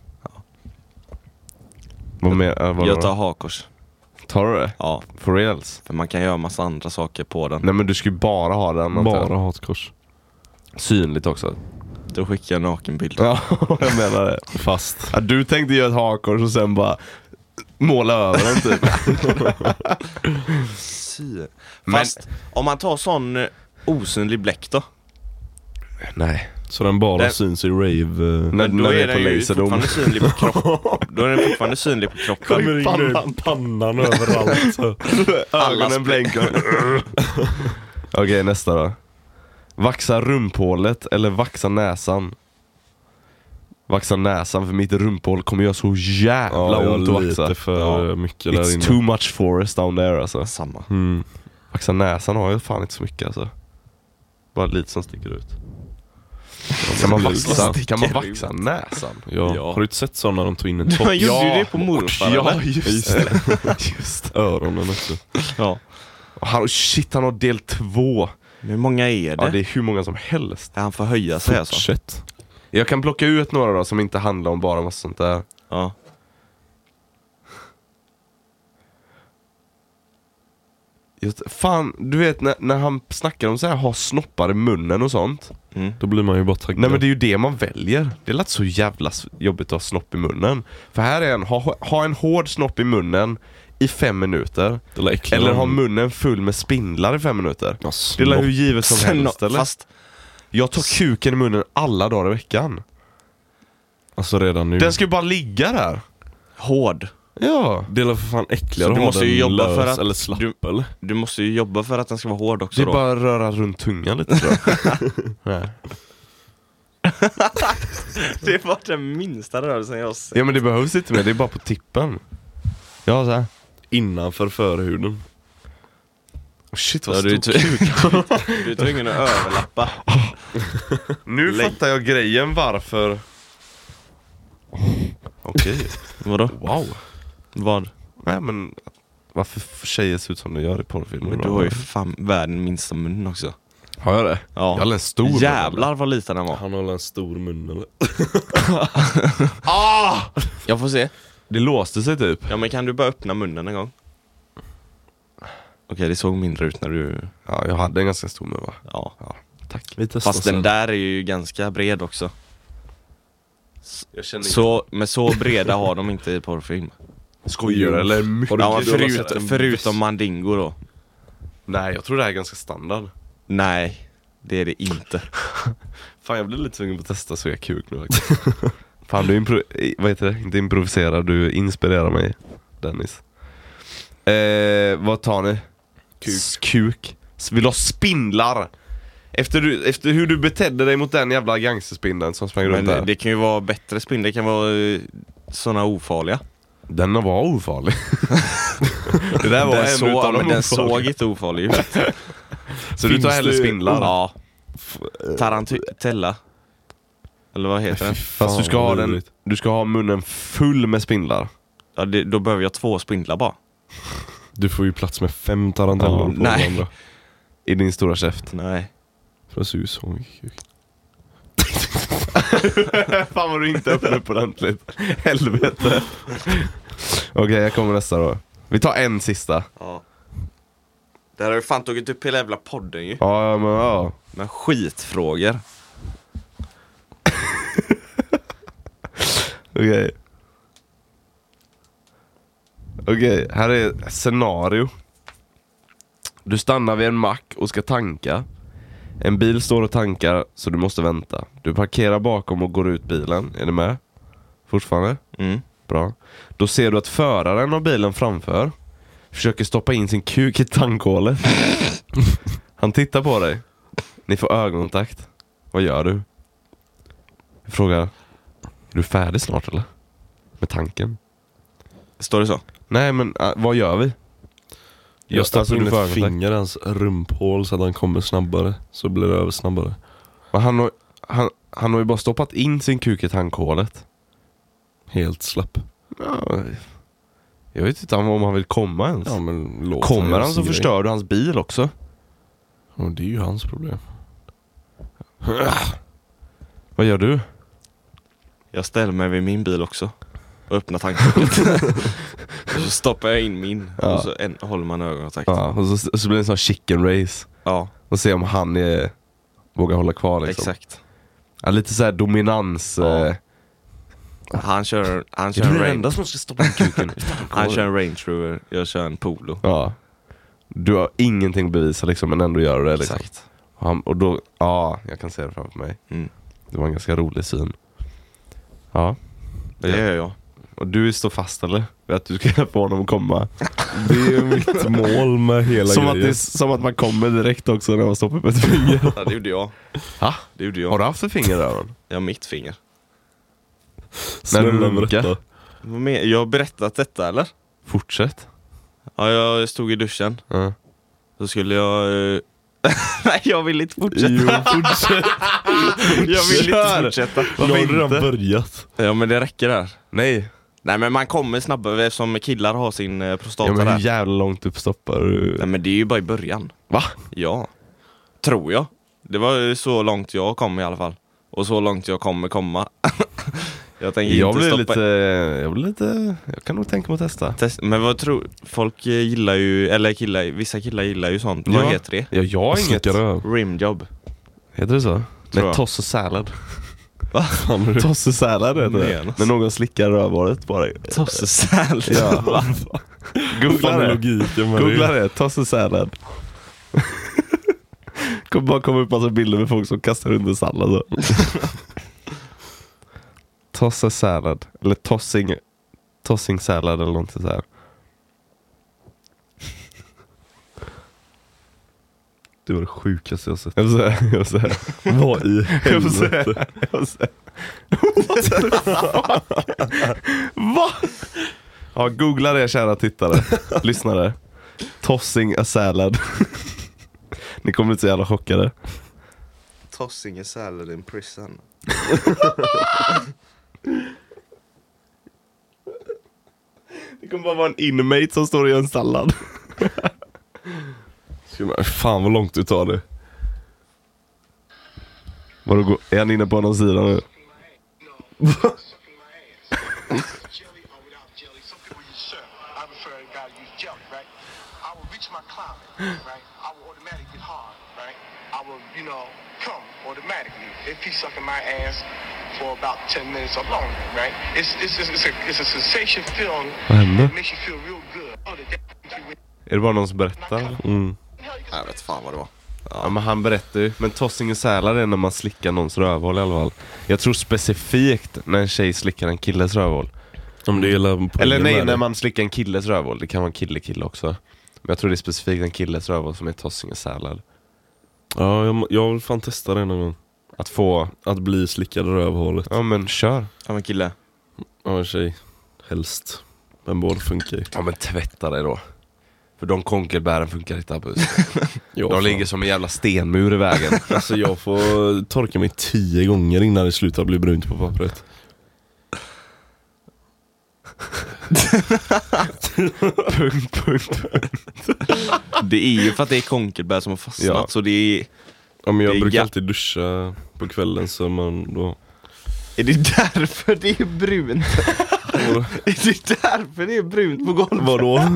S1: Vad menar vad-
S3: Jag tar hakkors.
S1: Tar du det?
S3: Ja,
S1: For reals?
S3: för man kan göra massa andra saker på den.
S1: Nej men du ska ju bara ha den antar jag.
S2: Bara hatkors.
S1: Synligt också.
S3: Då skickar jag nakenbild.
S1: Ja, jag menar det.
S2: Fast.
S1: Ja, du tänkte göra ett hakkors och sen bara måla över den typ.
S3: Sy.
S1: Men-
S3: Fast om man tar sån eh, osynlig bläck då?
S1: Nej.
S2: Så den bara
S3: Den-
S2: syns i rave... eh,
S1: När,
S3: Då
S1: när vi
S3: är
S1: är på
S3: den ju
S1: laserdom.
S3: fortfarande synlig på kroppen. Då är den fortfarande synlig på kroppen.
S2: Kommer in pannan. pannan överallt. så.
S3: Allas
S1: Ögonen blinkar. Okej, nästa då. Vaxa rumphålet eller vaxa näsan? Vaxa näsan för mitt rumphål kommer göra så jävla
S2: jag har
S1: ont att vaxa.
S2: lite för mycket där
S1: It's
S2: inne.
S1: too much forest down there alltså.
S3: Samma.
S2: Mm.
S1: Vaxa näsan har jag fan inte så mycket alltså. Bara lite som sticker ut. Kan man vaxa, kan man vaxa näsan?
S2: Ja.
S3: Ja.
S2: Har du inte sett sådana när de tog in en
S3: Man
S2: topp i
S3: gjorde ju det på morfar
S1: Ja,
S3: eller?
S1: just
S2: Just
S1: det. just det.
S2: öronen också?
S3: Ja.
S1: Och Han, shit, han har del två.
S3: Hur många är det?
S1: Ja, det är hur många som helst.
S3: Han får höja sig alltså.
S2: Shit.
S1: Jag kan plocka ut några då som inte handlar om bara massa sånt där.
S3: Ja.
S1: Just, fan, du vet när, när han snackar om så här ha snoppar i munnen och sånt.
S3: Mm.
S2: Då blir man ju bara taggad.
S1: Nej men det är ju det man väljer. Det lät så jävla s- jobbigt att ha snopp i munnen. För här är en, ha, ha en hård snopp i munnen i fem minuter.
S2: Det lär äckla
S1: Eller ha
S2: någon.
S1: munnen full med spindlar i fem minuter.
S2: Ja,
S1: Det är hur
S2: snopp.
S1: givet som helst
S3: Snor-
S1: eller?
S3: Fast
S1: Jag tar kuken i munnen alla dagar i veckan.
S2: Alltså redan nu.
S1: Den ska ju bara ligga där.
S3: hård.
S1: Ja.
S2: Det är väl för fan
S3: Så
S2: äckligare
S3: du
S2: att ha
S3: måste
S2: den
S3: ju jobba
S2: lös
S3: för att
S2: eller slapp
S3: du-
S2: eller?
S3: Du måste ju jobba för att den ska vara hård också
S1: Det är
S3: då.
S1: bara att röra runt tungan lite tror jag. Nej.
S3: Det var den minsta rörelsen jag har sett.
S1: Ja men det behövs inte mer, det är bara på tippen. Ja såhär.
S2: Innanför förhuden.
S1: Oh, shit
S3: Ja,
S1: vad
S3: du, är
S1: stor
S3: tv- du är tvungen att överlappa.
S1: Nu
S3: Lägg-
S1: fattar jag grejen varför... Okej,
S3: Vadå?
S1: wow.
S3: Vad?
S1: Nej men varför f- tjejer ser ut som de gör i porrfilmer?
S3: Men du har ju för fan världens minsta mun också.
S1: Har jag det? Jag
S3: Ja.
S1: har en stor mun,
S3: Jävlar vad liten den var.
S2: Han har en stor mun eller?
S3: Jag får se.
S1: Det låste sig typ.
S3: Ja men kan du bara öppna munnen en gång? Okej det såg mindre ut när du...
S1: Ja, jag hade en ganska stor mun va?
S3: Ja.
S1: Tack.
S2: Vi testar
S3: Fast den
S2: sen.
S3: där är ju ganska bred också.
S1: Jag känner
S3: Så, men så breda har de inte i porrfilm.
S1: Skojar du, eller? Mycket.
S2: Har du-
S3: Ja, men
S2: du har sett
S3: förut,
S2: en
S3: förutom Mandingo då.
S1: Nej, jag tror det här är ganska standard.
S3: Nej, det är det inte.
S1: Fan jag blir lite sugen på att testa suga kuk nu faktiskt. Fan du impro... i- vad heter det? Inte improviserar, du inspirerar mig Dennis. Eh, vad tar ni?
S2: Kuk.
S1: S- kuk. S- Vill ha spindlar! Efter, du, efter hur du betedde dig mot den jävla gangsterspindeln som sprang runt där.
S3: Men det kan ju vara bättre spindlar, det kan vara sådana ofarliga.
S1: Den var ofarlig. det där var
S3: den
S1: en
S3: så,
S1: utav de
S3: men den
S1: ofarliga.
S3: såg inte ofarlig ut.
S1: Så du tar
S2: Finns
S1: hellre
S2: det-
S1: spindlar?
S3: Ja. Tarantella. Eller vad heter den?
S1: Fast du ska,
S2: Fan,
S1: ha
S2: vad
S1: den,
S2: lurigt.
S1: du ska ha munnen full med spindlar.
S3: Ja, det, då behöver jag två spindlar bara.
S2: Du får ju plats med fem tarantellor
S1: Ja,
S2: på
S3: nej.
S2: varandra.
S1: I din stora käft.
S3: Nej.
S2: För det ser ut som
S1: Fan vad du inte öppnade upp ordentligt. Helvete. Okej, jag kommer nästa då. Vi tar en sista.
S3: Ja. Det här har ju fan tagit upp hela jävla podden ju.
S1: Ja, ja, men ja.
S3: Men skitfrågor.
S1: Okej. Okej, här är ett scenario. Du stannar vid en mack och ska tanka. En bil står och tankar så du måste vänta. Du parkerar bakom och går ut bilen. Är du med? Fortfarande?
S3: Mm.
S1: Bra. Då ser du att föraren av bilen framför försöker stoppa in sin kuk i tankhålet. Han tittar på dig. Ni får ögonkontakt. Vad gör du? Jag frågar. Är du färdig snart eller? Med tanken?
S3: Står det så?
S1: Nej men äh, vad gör vi?
S2: Jag
S1: Alltså,
S2: stoppar in
S1: du får
S2: ett
S1: ögonkontakt.
S2: finger i hans rumphål så att han kommer snabbare. Så blir det över snabbare.
S1: Men han, har, han, han har ju bara stoppat in sin kuk i tankhålet.
S2: Helt slapp.
S1: Ja, Jag vet inte om han vill komma ens.
S2: Ja, men låt
S1: Kommer
S2: göra
S1: han så
S2: sin grej.
S1: förstör du hans bil också.
S2: Ja, det är ju hans problem.
S1: Vad gör du?
S3: Jag ställer mig vid min bil också och öppnar tanklucket. Och så stoppar jag in min
S1: Ja.
S3: och så en, håller man ögonkontakt. Ja,
S1: Ja, och så, och så blir det en sån chicken race. Och se om han är, vågar hålla kvar liksom.
S3: exakt.
S1: Ja, lite såhär dominans...
S3: Ja.
S1: eh,
S3: Han kör, han kör, en range,
S1: som ska stoppa in kuken.
S3: han kör en Range Rover, jag kör en Polo.
S1: ja. Du har ingenting att bevisa liksom, men ändå gör du det liksom.
S3: Exakt.
S1: Och, han, och då, ja, jag kan se det framför mig.
S3: Mm.
S1: Det var en ganska rolig syn. Ja.
S3: Det gör jag.
S1: Och du står fast eller? Vet att du ska hjälpa honom att komma?
S2: Det är ju mitt mål med hela
S1: Som att,
S2: grejen.
S1: det, är- som att man kommer direkt också när man stoppar upp ett finger.
S3: Ja, det gjorde jag.
S1: Ha?
S3: Det gjorde
S1: Har
S3: jag.
S1: du haft ett finger i öronen?
S3: Jag har mitt finger.
S1: När du
S2: Snälla
S1: runkar?
S2: berätta.
S3: Vad men- Jag har berättat detta eller?
S1: Fortsätt.
S3: Ja, jag stod i duschen.
S1: Ja.
S3: Så skulle jag... eh, Nej, jag vill inte fortsätta.
S2: Jo, fortsätt.
S3: Jag vill inte
S1: Kör!
S3: fortsätta.
S2: Jag har redan
S1: inte?
S2: börjat.
S3: Ja, men det räcker där.
S1: Nej.
S3: Nej men man kommer snabbare eftersom killar har sin eh, prostata
S1: Ja, men hur
S3: där.
S1: jävla långt upp stoppar
S3: Nej
S1: du?
S3: men det är ju bara i början.
S1: Va?
S3: Ja. Tror jag. Det var ju så långt jag kom i alla fall. Och så långt jag kommer komma. jag tänker
S1: Jag
S3: inte
S1: blir
S3: stoppa...
S1: lite, jag blir lite, jag kan nog tänka mig att testa.
S3: Test... Men vad tror... Folk eh, gillar ju, eller killar, vissa killar gillar ju sånt.
S1: Ja.
S3: Vad heter det?
S1: Ja, jag har inget.
S2: Slickar röv.
S3: Rimjob.
S1: Heter det så?
S3: Tror
S1: Nej,
S3: jag.
S1: toss och sallad. Va? Toss och sallad heter
S3: Nej,
S1: det.
S3: alltså.
S1: När någon slickar rövhålet på dig.
S3: Tossesäl.
S1: Ja. Googla
S2: Fan är
S1: det.
S2: logiken med
S1: Googla
S2: det.
S1: det, toss och sallad. Kommer bara komma upp massa bilder med folk som kastar under sallad. så. toss och sallad. Eller tossing, tossing sallad eller någonting så här. Det var det sjukaste jag sett. Jag får säga, jag får säga.
S2: Vad i
S1: Jag får säga,
S2: helvete.
S1: jag får säga. What the fuck? Va? Ja, googla det kära tittare, lyssnare. Tossing a salad. Ni kommer bli så jävla chockade.
S3: Tossing a salad in prison.
S1: Det kommer bara vara en inmate som står och gör en sallad.
S2: Ska man- Fan vad långt du tar det.
S1: Vadå, gå- är han inne på någon sida nu?
S4: jelly or without jelly. Some people use syrup. I prefer a guy to use jelly, right? I will reach my climax, right? I will automatically get hard, right? I will, you know, come automatically if he's sucking my ass for about 10 minutes or longer, right? It's, it's, it's, it's, a, it's a sensation feeling.
S1: hände?
S4: It makes you feel real good. Oh, the damn you
S1: Är det bara någon som berättar?
S4: Hell, you can
S3: Jag vet fan vad det var.
S1: Ja men han berättar ju. Men tossing a salad är när man slickar någons rövhål i alla fall. Jag tror specifikt när en tjej slickar en killes rövhål.
S2: Om det gillar
S1: Eller nej, när man slickar en killes rövhål. Det kan vara en kille-kille också. Men jag tror det är specifikt en killes rövhål som är tossing a salad.
S2: Ja, jag, må- jag vill fan testa det någon gång.
S1: Att få,
S2: Att bli slickad i rövhålet
S1: ja men kör.
S3: Ja men kille.
S2: av en tjej. Helst. Men båda funkar ju.
S1: Ja men tvätta dig då. För de konkelbären funkar inte Hampus.
S2: Jag,
S1: De
S2: fan.
S1: ligger som en jävla stenmur i vägen.
S2: Alltså jag får torka mig tio gånger innan det slutar bli brunt på pappret.
S1: punkt, punkt.
S3: Det är ju för att det är konkelbär som har fastnat
S2: Ja.
S3: så det är...
S2: Ja, men jag
S3: Det är
S2: brukar
S3: ga-
S2: alltid duscha på kvällen så man då...
S3: Är det därför det är brunt? är det därför det är brunt på golvet?
S2: Vadå?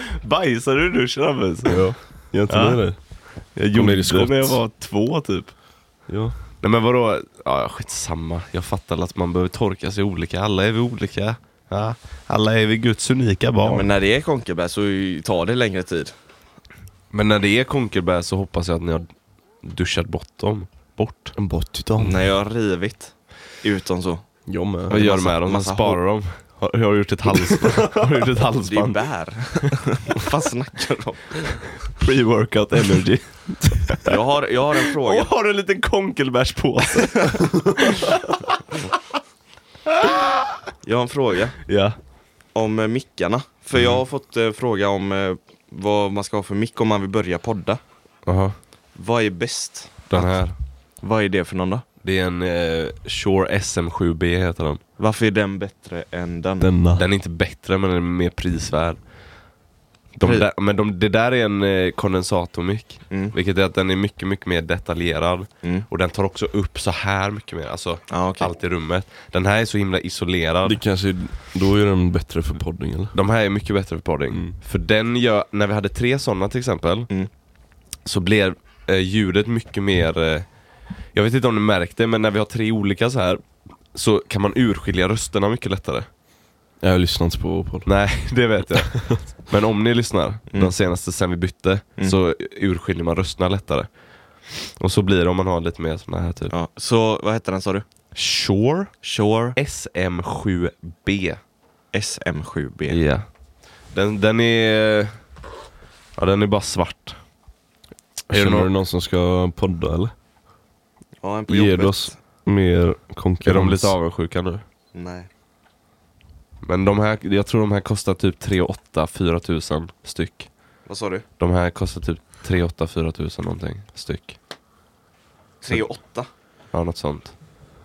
S1: Bajsar du i duschen Hampus?
S2: ja. Gör inte
S1: Ja.
S2: ni det?
S1: Jag
S2: Kom ner
S1: gjorde
S2: i
S1: det
S2: skott.
S1: när jag var två typ.
S2: Ja.
S1: Nej men vadå? Ja skitsamma. Jag fattar att man behöver torka sig olika. Alla är vi olika. Ja. Alla är vi Guds unika barn.
S3: Ja, men
S1: men,
S3: när det är konkelbär så tar det längre tid.
S1: när det är konkelbär så hoppas jag att ni har duschat bort dem. Bort.
S2: Bort utav.
S3: När jag har rivit ut dem så.
S5: Mm.
S2: Jag med.
S1: Vad gör du
S3: massa-
S1: med dem? Man
S3: massa
S1: sparar dem? Har, har du gjort ett halsband? har du gjort ett
S3: Det är
S1: halsband?
S3: bär. Vad fan snackar du om?
S1: Pre-workout energy.
S3: Jag har, jag har en
S1: Och
S3: fråga.
S1: har du en liten konkelbärspåse?
S3: Jag har en fråga
S1: ja.
S3: om eh, mickarna. För
S1: Mm.
S3: jag har fått eh, fråga om eh, vad man ska ha för mick om man vill börja podda.
S1: Jaha.
S3: Vad är bäst?
S1: Den här.
S3: Vad är det för någon då?
S1: Det är en eh, Shure SM7B heter den.
S2: Varför är den bättre än den?
S1: Denna. Den är inte bättre men den är mer prisvärd. De
S2: Pri-
S1: där, men de, det där är en eh, kondensatormick.
S2: Mm.
S1: Vilket är att den är mycket, mycket mer detaljerad.
S2: Mm.
S1: Och den tar också upp så här mycket mer. Alltså
S2: Ja, okej.
S1: allt i rummet. Den här är så himla isolerad.
S2: Det
S1: kanske, då är den bättre för podding eller? De här är mycket bättre för podding. För den gör, när vi hade tre sådana till exempel.
S2: Mm.
S1: Så blev eh, ljudet mycket mer eh, jag vet inte om ni märkte, men när vi har tre olika så här så kan man urskilja rösterna mycket lättare.
S5: Jag lyssnar inte på vår podd.
S1: Nej, det vet jag. Men om ni lyssnar, den senaste sen vi bytte,
S2: Mm.
S1: så urskiljer man rösterna lättare. Och så blir det om man har lite mer såna här typ.
S2: Ja, så vad heter den sa du?
S1: Sure
S2: Sure
S1: SM7B.
S2: SM7B.
S1: Ja. Den, den är... Ja, den är bara svart. Är det
S5: Känner du
S1: någon,
S5: någon som ska podda eller?
S2: Ja, en på
S5: Ger
S2: jobbet.
S5: du oss mer
S1: är
S5: konkurrens?
S1: de lite avundsjuka nu?
S2: Nej.
S1: Men de här, jag tror de här kostar typ 3 8 4 tusen styck.
S3: Vad sa du?
S1: De här kostar typ 3 8 4 tusen någonting styck.
S3: 3 och 8?
S1: Ja, något sånt.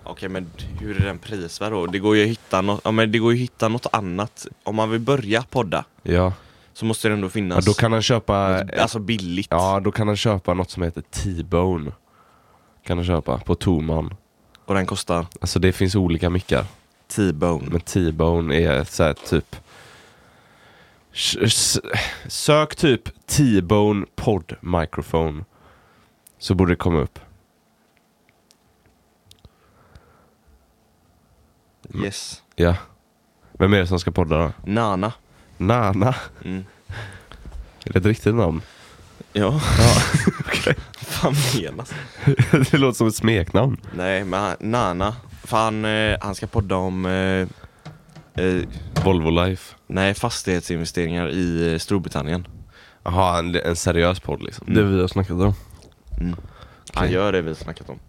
S3: Okej men hur är den prisvärd då? Det går ju att hitta något, ja, men det går ju att hitta något annat. Om man vill börja podda
S1: Ja.
S3: så måste det ändå finnas
S1: ja då kan han köpa
S3: Alltså billigt.
S1: Ja, då kan han köpa något som heter T-bone. Kan han köpa på Toman.
S3: Och den kostar
S1: Alltså det finns olika mickar.
S3: T-bone.
S1: Men T-bone är så här typ... S- s- Sök typ T-bone podd microphone. Så borde det komma upp.
S3: Yes.
S1: Ja. Vem är det som ska podda då?
S3: Nana.
S1: Nana.
S3: Mm.
S1: Är det ett riktigt namn?
S3: Ja. Fan menas?
S1: det låter som ett smeknamn.
S3: Nej men han- Nana. Fan, eh, han ska podda om eh, eh,
S1: Volvo Life.
S3: nej, fastighetsinvesteringar i eh, Storbritannien.
S1: Jaha, en, en seriös podd liksom.
S5: Det vi har snackat om.
S3: Han gör det vi snackat om.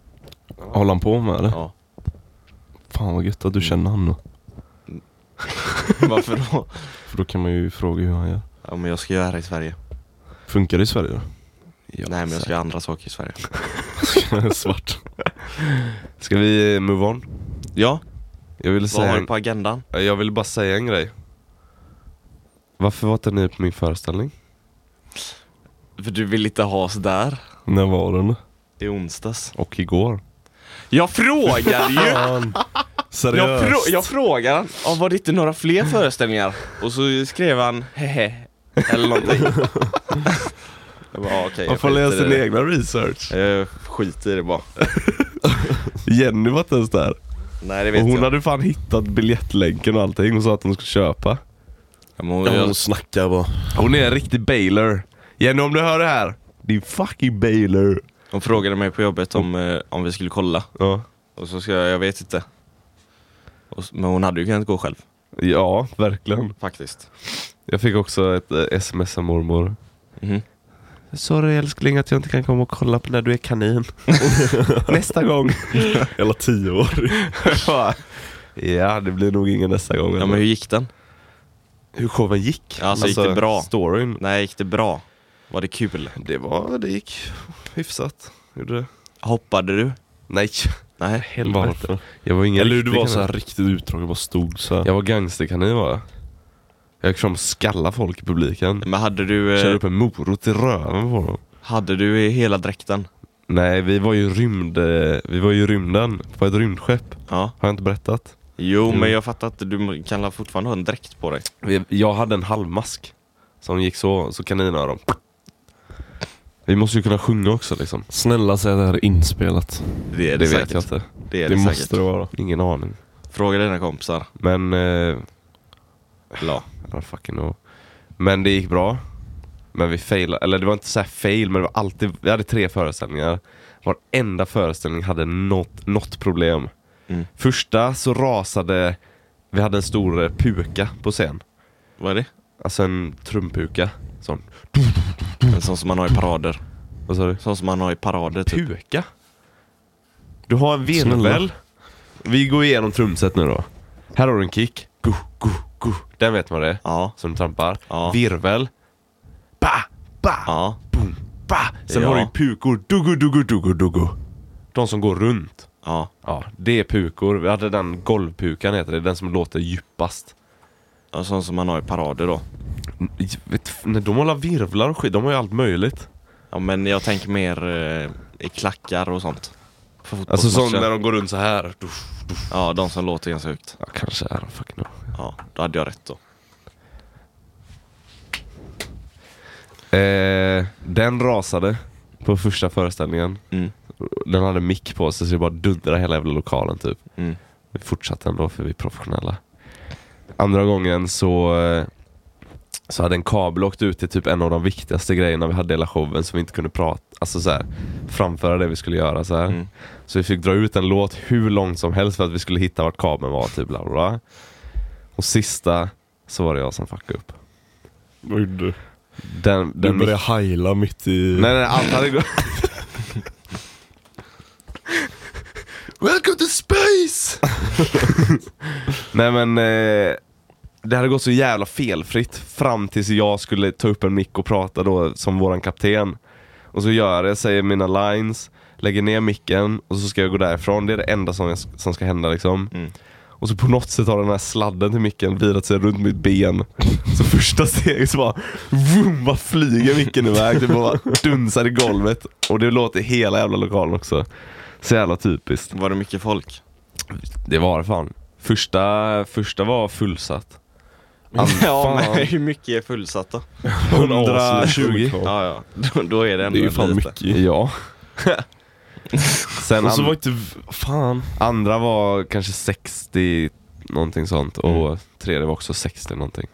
S5: Håller han på med det?
S3: Ja.
S5: Fan vad gött att du känner han då.
S3: Varför då?
S5: För då kan man ju fråga hur han gör.
S3: Ja men jag ska göra det här i Sverige.
S5: Funkar det i Sverige då?
S3: nej men jag ska göra andra saker i Sverige.
S5: Svart.
S1: Ska vi eh, move on?
S3: Ja,
S1: Jag ville
S3: vad
S1: säga...
S3: har
S1: en-
S3: du på agendan?
S1: Ja, Jag vill bara säga en grej. Varför var inte ni på min föreställning?
S3: För du vill inte ha oss där.
S5: När var den då?
S3: I onsdags.
S1: Och igår?
S3: Jag frågar ju!
S5: Fan.
S3: Jag,
S5: Seriöst.
S3: frå- jag frågar han, "Ja, var det inte några fler föreställningar? Och så skrev han hehe eller någonting. jag bara, "Ja, okej, jag skiter i det."
S1: egna research.
S3: Jag skiter i det bara.
S1: Jenny var inte ens där.
S3: Nej det
S1: Och
S3: vet
S1: hon
S3: jag.
S1: hade fan hittat biljettlänken och allting och sa att hon skulle köpa.
S3: Ja, men hon,
S5: Ja,
S3: jag,
S5: hon snackar bara.
S1: Hon är en riktig bailer. Jenny om du hör det här. Din fucking bailer.
S3: hon frågade mig på jobbet om, eh, om vi skulle kolla.
S1: Ja.
S3: Och så ska jag, jag vet inte. Och, s- men hon hade ju kunnat gå själv.
S1: Ja, verkligen.
S3: Faktiskt.
S1: Jag fick också ett eh, sms av mormor.
S3: Mhm.
S1: Sorry älskling att jag inte kan komma och kolla på när du är kanin. nästa gång.
S5: Hela tio år.
S1: ja, det blir nog ingen nästa gång.
S3: Ja men hur gick den?
S1: hur showen gick.
S3: Ja, alltså, gick det bra?
S1: Storyn.
S3: Nej gick det bra? Var det kul?
S1: Det var, det gick hyfsat. Gjorde det.
S3: Hoppade du?
S1: Nej,
S3: Nej.
S1: helvete. Jag var ingen
S5: Eller hur du
S1: riktig
S5: var
S1: kanin.
S5: så här riktigt utdragen och bara stod så här.
S1: Jag var gangsterkanin var jag. Jag gick fram och skallade folk i publiken.
S3: Men hade du,
S1: Körde
S3: eh,
S1: upp en morot i röven på dem.
S3: hade du i hela dräkten?
S1: Nej, vi var ju rymd... eh, Vi var ju i rymden på ett rymdskepp.
S3: Ja.
S1: Har jag inte berättat?
S3: Jo, men jag fattar att du må- kan la fortfarande ha en dräkt på dig.
S1: Vi- Jag hade en halvmask. Som gick så, så kaninöron. Vi måste ju kunna sjunga också liksom.
S5: Snälla säg att det här är inspelat.
S3: Det är
S1: Det vet jag inte.
S3: Det är
S5: Det,
S3: det, säkert.
S5: måste det vara.
S1: Ingen aning.
S3: Fråga dina kompisar.
S1: Men... Eh,
S3: La.
S1: I don't fucking know. Men det gick bra. Men vi failade, eller det var inte så här fail, men det var alltid, vi hade tre föreställningar. Varenda föreställning hade något, något problem.
S3: Mm.
S1: Första så rasade, vi hade en stor eh, puka på scen.
S3: Vad är det?
S1: Alltså en trumpuka. Sån.
S3: En sån som man har i parader.
S1: Vad sa du?
S3: Sån som man har i parader typ.
S1: Puka? Du har en virvel.
S5: Snälla.
S1: Vi går igenom trumset nu då. Här har du en kick. Go, go, go. Den vet man det
S3: Ja.
S1: Som du trampar.
S3: Ja.
S1: Virvel. Ba, ba.
S3: Ja.
S1: Ba! Sen
S3: Ja.
S1: har du ju pukor, dugu dugu dugu dugu. De som går runt.
S3: Ja.
S1: Ja, det är pukor. Vi hade den golvpukan heter det, den som låter djupast.
S3: Och sånt som man har i parader då.
S1: Jag Vet, f- när de håller virvlar och skit, de har ju allt möjligt.
S3: Ja men jag tänker mer eh, i klackar och sånt. För
S1: Alltså som
S3: fotbollsmatcher.
S1: när de går runt så här.
S3: Ja, de som låter ganska högt.
S1: Ja, kanske är de fucking know.
S3: Ja, då hade jag rätt då.
S1: Eh, den rasade på första föreställningen.
S3: Mm.
S1: Den hade mick på sig så det bara dundrade hela jävla lokalen typ.
S3: Mm.
S1: Vi fortsatte ändå för vi är professionella. Andra gången så, eh, så hade en kabel åkt ut till typ en av de viktigaste grejerna vi hade i hela showen så vi inte kunde prata, alltså så här, framföra det vi skulle göra så här.
S3: Mm.
S1: Så vi fick dra ut en låt hur långt som helst för att vi skulle hitta vart kabeln var typ bla bla, bla. Och sista så var det jag som fuckade upp.
S5: Vad gjorde du?
S1: Den,
S5: Du
S1: den
S5: började heila mitt i...
S1: Nej nej, allt hade gått... Welcome to space! nej men, eh, det hade gått så jävla felfritt fram tills jag skulle ta upp en mick och prata då som våran kapten. Och så gör jag det, säger mina lines, lägger ner micken och så ska jag gå därifrån. Det är det enda som, jag, som ska hända liksom.
S3: Mm.
S1: Och så på något sätt har den här sladden till micken virat sig runt mitt ben. Så första steget så bara, vroom, bara flyger micken iväg. Det bara dunsar i golvet. Och det låter i hela jävla lokalen också. Så jävla typiskt.
S3: Var det mycket folk?
S1: Det var det fan. Första, första var fullsatt.
S3: ja, men hur mycket är fullsatta?
S1: 120.
S3: Ja, ja. Då, då är det ändå
S5: Det är ju fan
S3: lite.
S5: mycket.
S1: Ja. Sen
S5: Och så
S1: an-
S5: var typ- inte... Fan.
S1: andra var kanske 60 någonting sånt. Och
S5: Mm.
S1: tredje var också 60 någonting.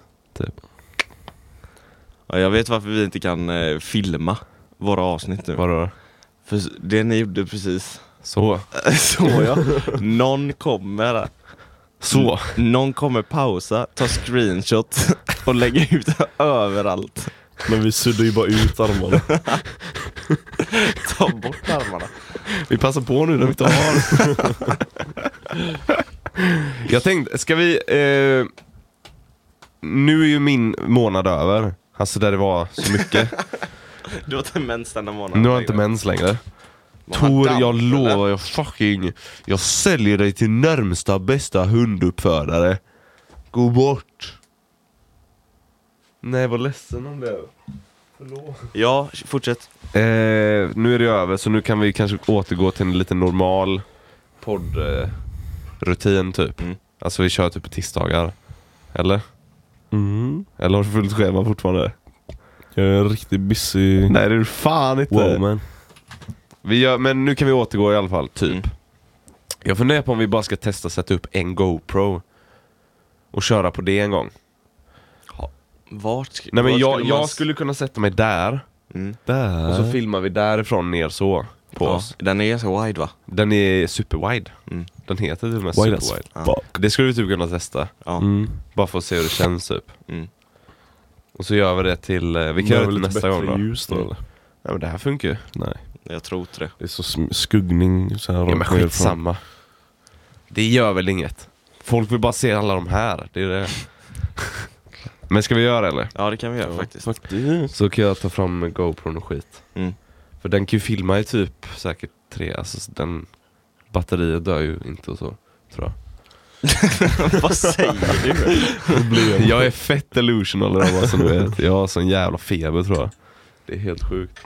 S3: Ja, jag vet varför vi inte kan eh, filma våra avsnitt nu.
S1: Vadå?
S3: För s- det ni gjorde precis.
S1: Så.
S3: Så ja. Någon kommer,
S1: Så.
S3: någon kommer pausa, ta screenshot och lägga ut överallt.
S5: Men vi suddade ju bara ut armarna.
S3: Ta bort armarna.
S1: Vi passar på nu när vi inte har. jag tänkte, ska vi... Eh, nu är ju min månad över. Alltså där det var så mycket.
S3: Du har inte typ mens denna månaden.
S1: nu har jag inte mens längre. Tor, jag lovar, jag fucking... Jag säljer dig till närmsta bästa hunduppfödare. Gå bort. Nej, vad ledsen han blev.
S3: Ja, fortsätt.
S1: Eh, nu är det över, så nu kan vi kanske återgå till en lite normal poddrutin eh, rutin, typ.
S3: Mm.
S1: Alltså vi kör typ på tisdagar. Eller?
S5: Mm.
S1: Eller har du fullt schema fortfarande?
S5: Jag är en riktigt busy
S1: Nej det är du fan inte.
S5: woman.
S1: Vi gör, men nu kan vi återgå i alla fall, typ.
S3: Mm.
S1: Jag funderar på om vi bara ska testa att sätta upp en GoPro. Och köra på det en gång.
S3: Vart sk-
S1: Nej men
S3: vart
S1: jag
S3: skulle
S1: skulle,
S3: man
S1: jag
S3: s-
S1: skulle kunna sätta mig där.
S3: Mm.
S1: Och så
S5: Där.
S1: filmar vi därifrån ner så. På
S3: Ja,
S1: oss.
S3: Den är ganska wide va?
S1: Den är superwide.
S3: Mm.
S1: Den heter till och med
S5: Wide as
S1: superwide.
S5: fuck.
S1: Det skulle vi typ kunna testa.
S3: Ja.
S5: Mm.
S1: Bara för att se hur det känns typ.
S3: Mm.
S1: Och så gör vi det till, eh, vi kan göra det till nästa gång då.
S5: ljus då eller?
S1: Nej men det här funkar ju.
S5: Nej.
S3: Jag tror inte det.
S5: Det är så sm- skuggning så här
S1: Ja men
S5: rakt nerifrån.
S1: skitsamma. Det gör väl inget. Folk vill bara se alla de här. Det är det. men ska vi göra det eller?
S3: Ja det kan vi göra faktiskt.
S5: Faktiskt.
S1: Så kan jag ta fram GoPron och skit.
S3: Mm.
S1: För den kan ju filma i typ säkert tre, alltså så den batteriet dör ju inte och så. Tror jag.
S3: Vad säger du?
S1: jag är fett delusional idag bara så du vet. Jag har sån jävla feber tror jag. Det är helt sjukt.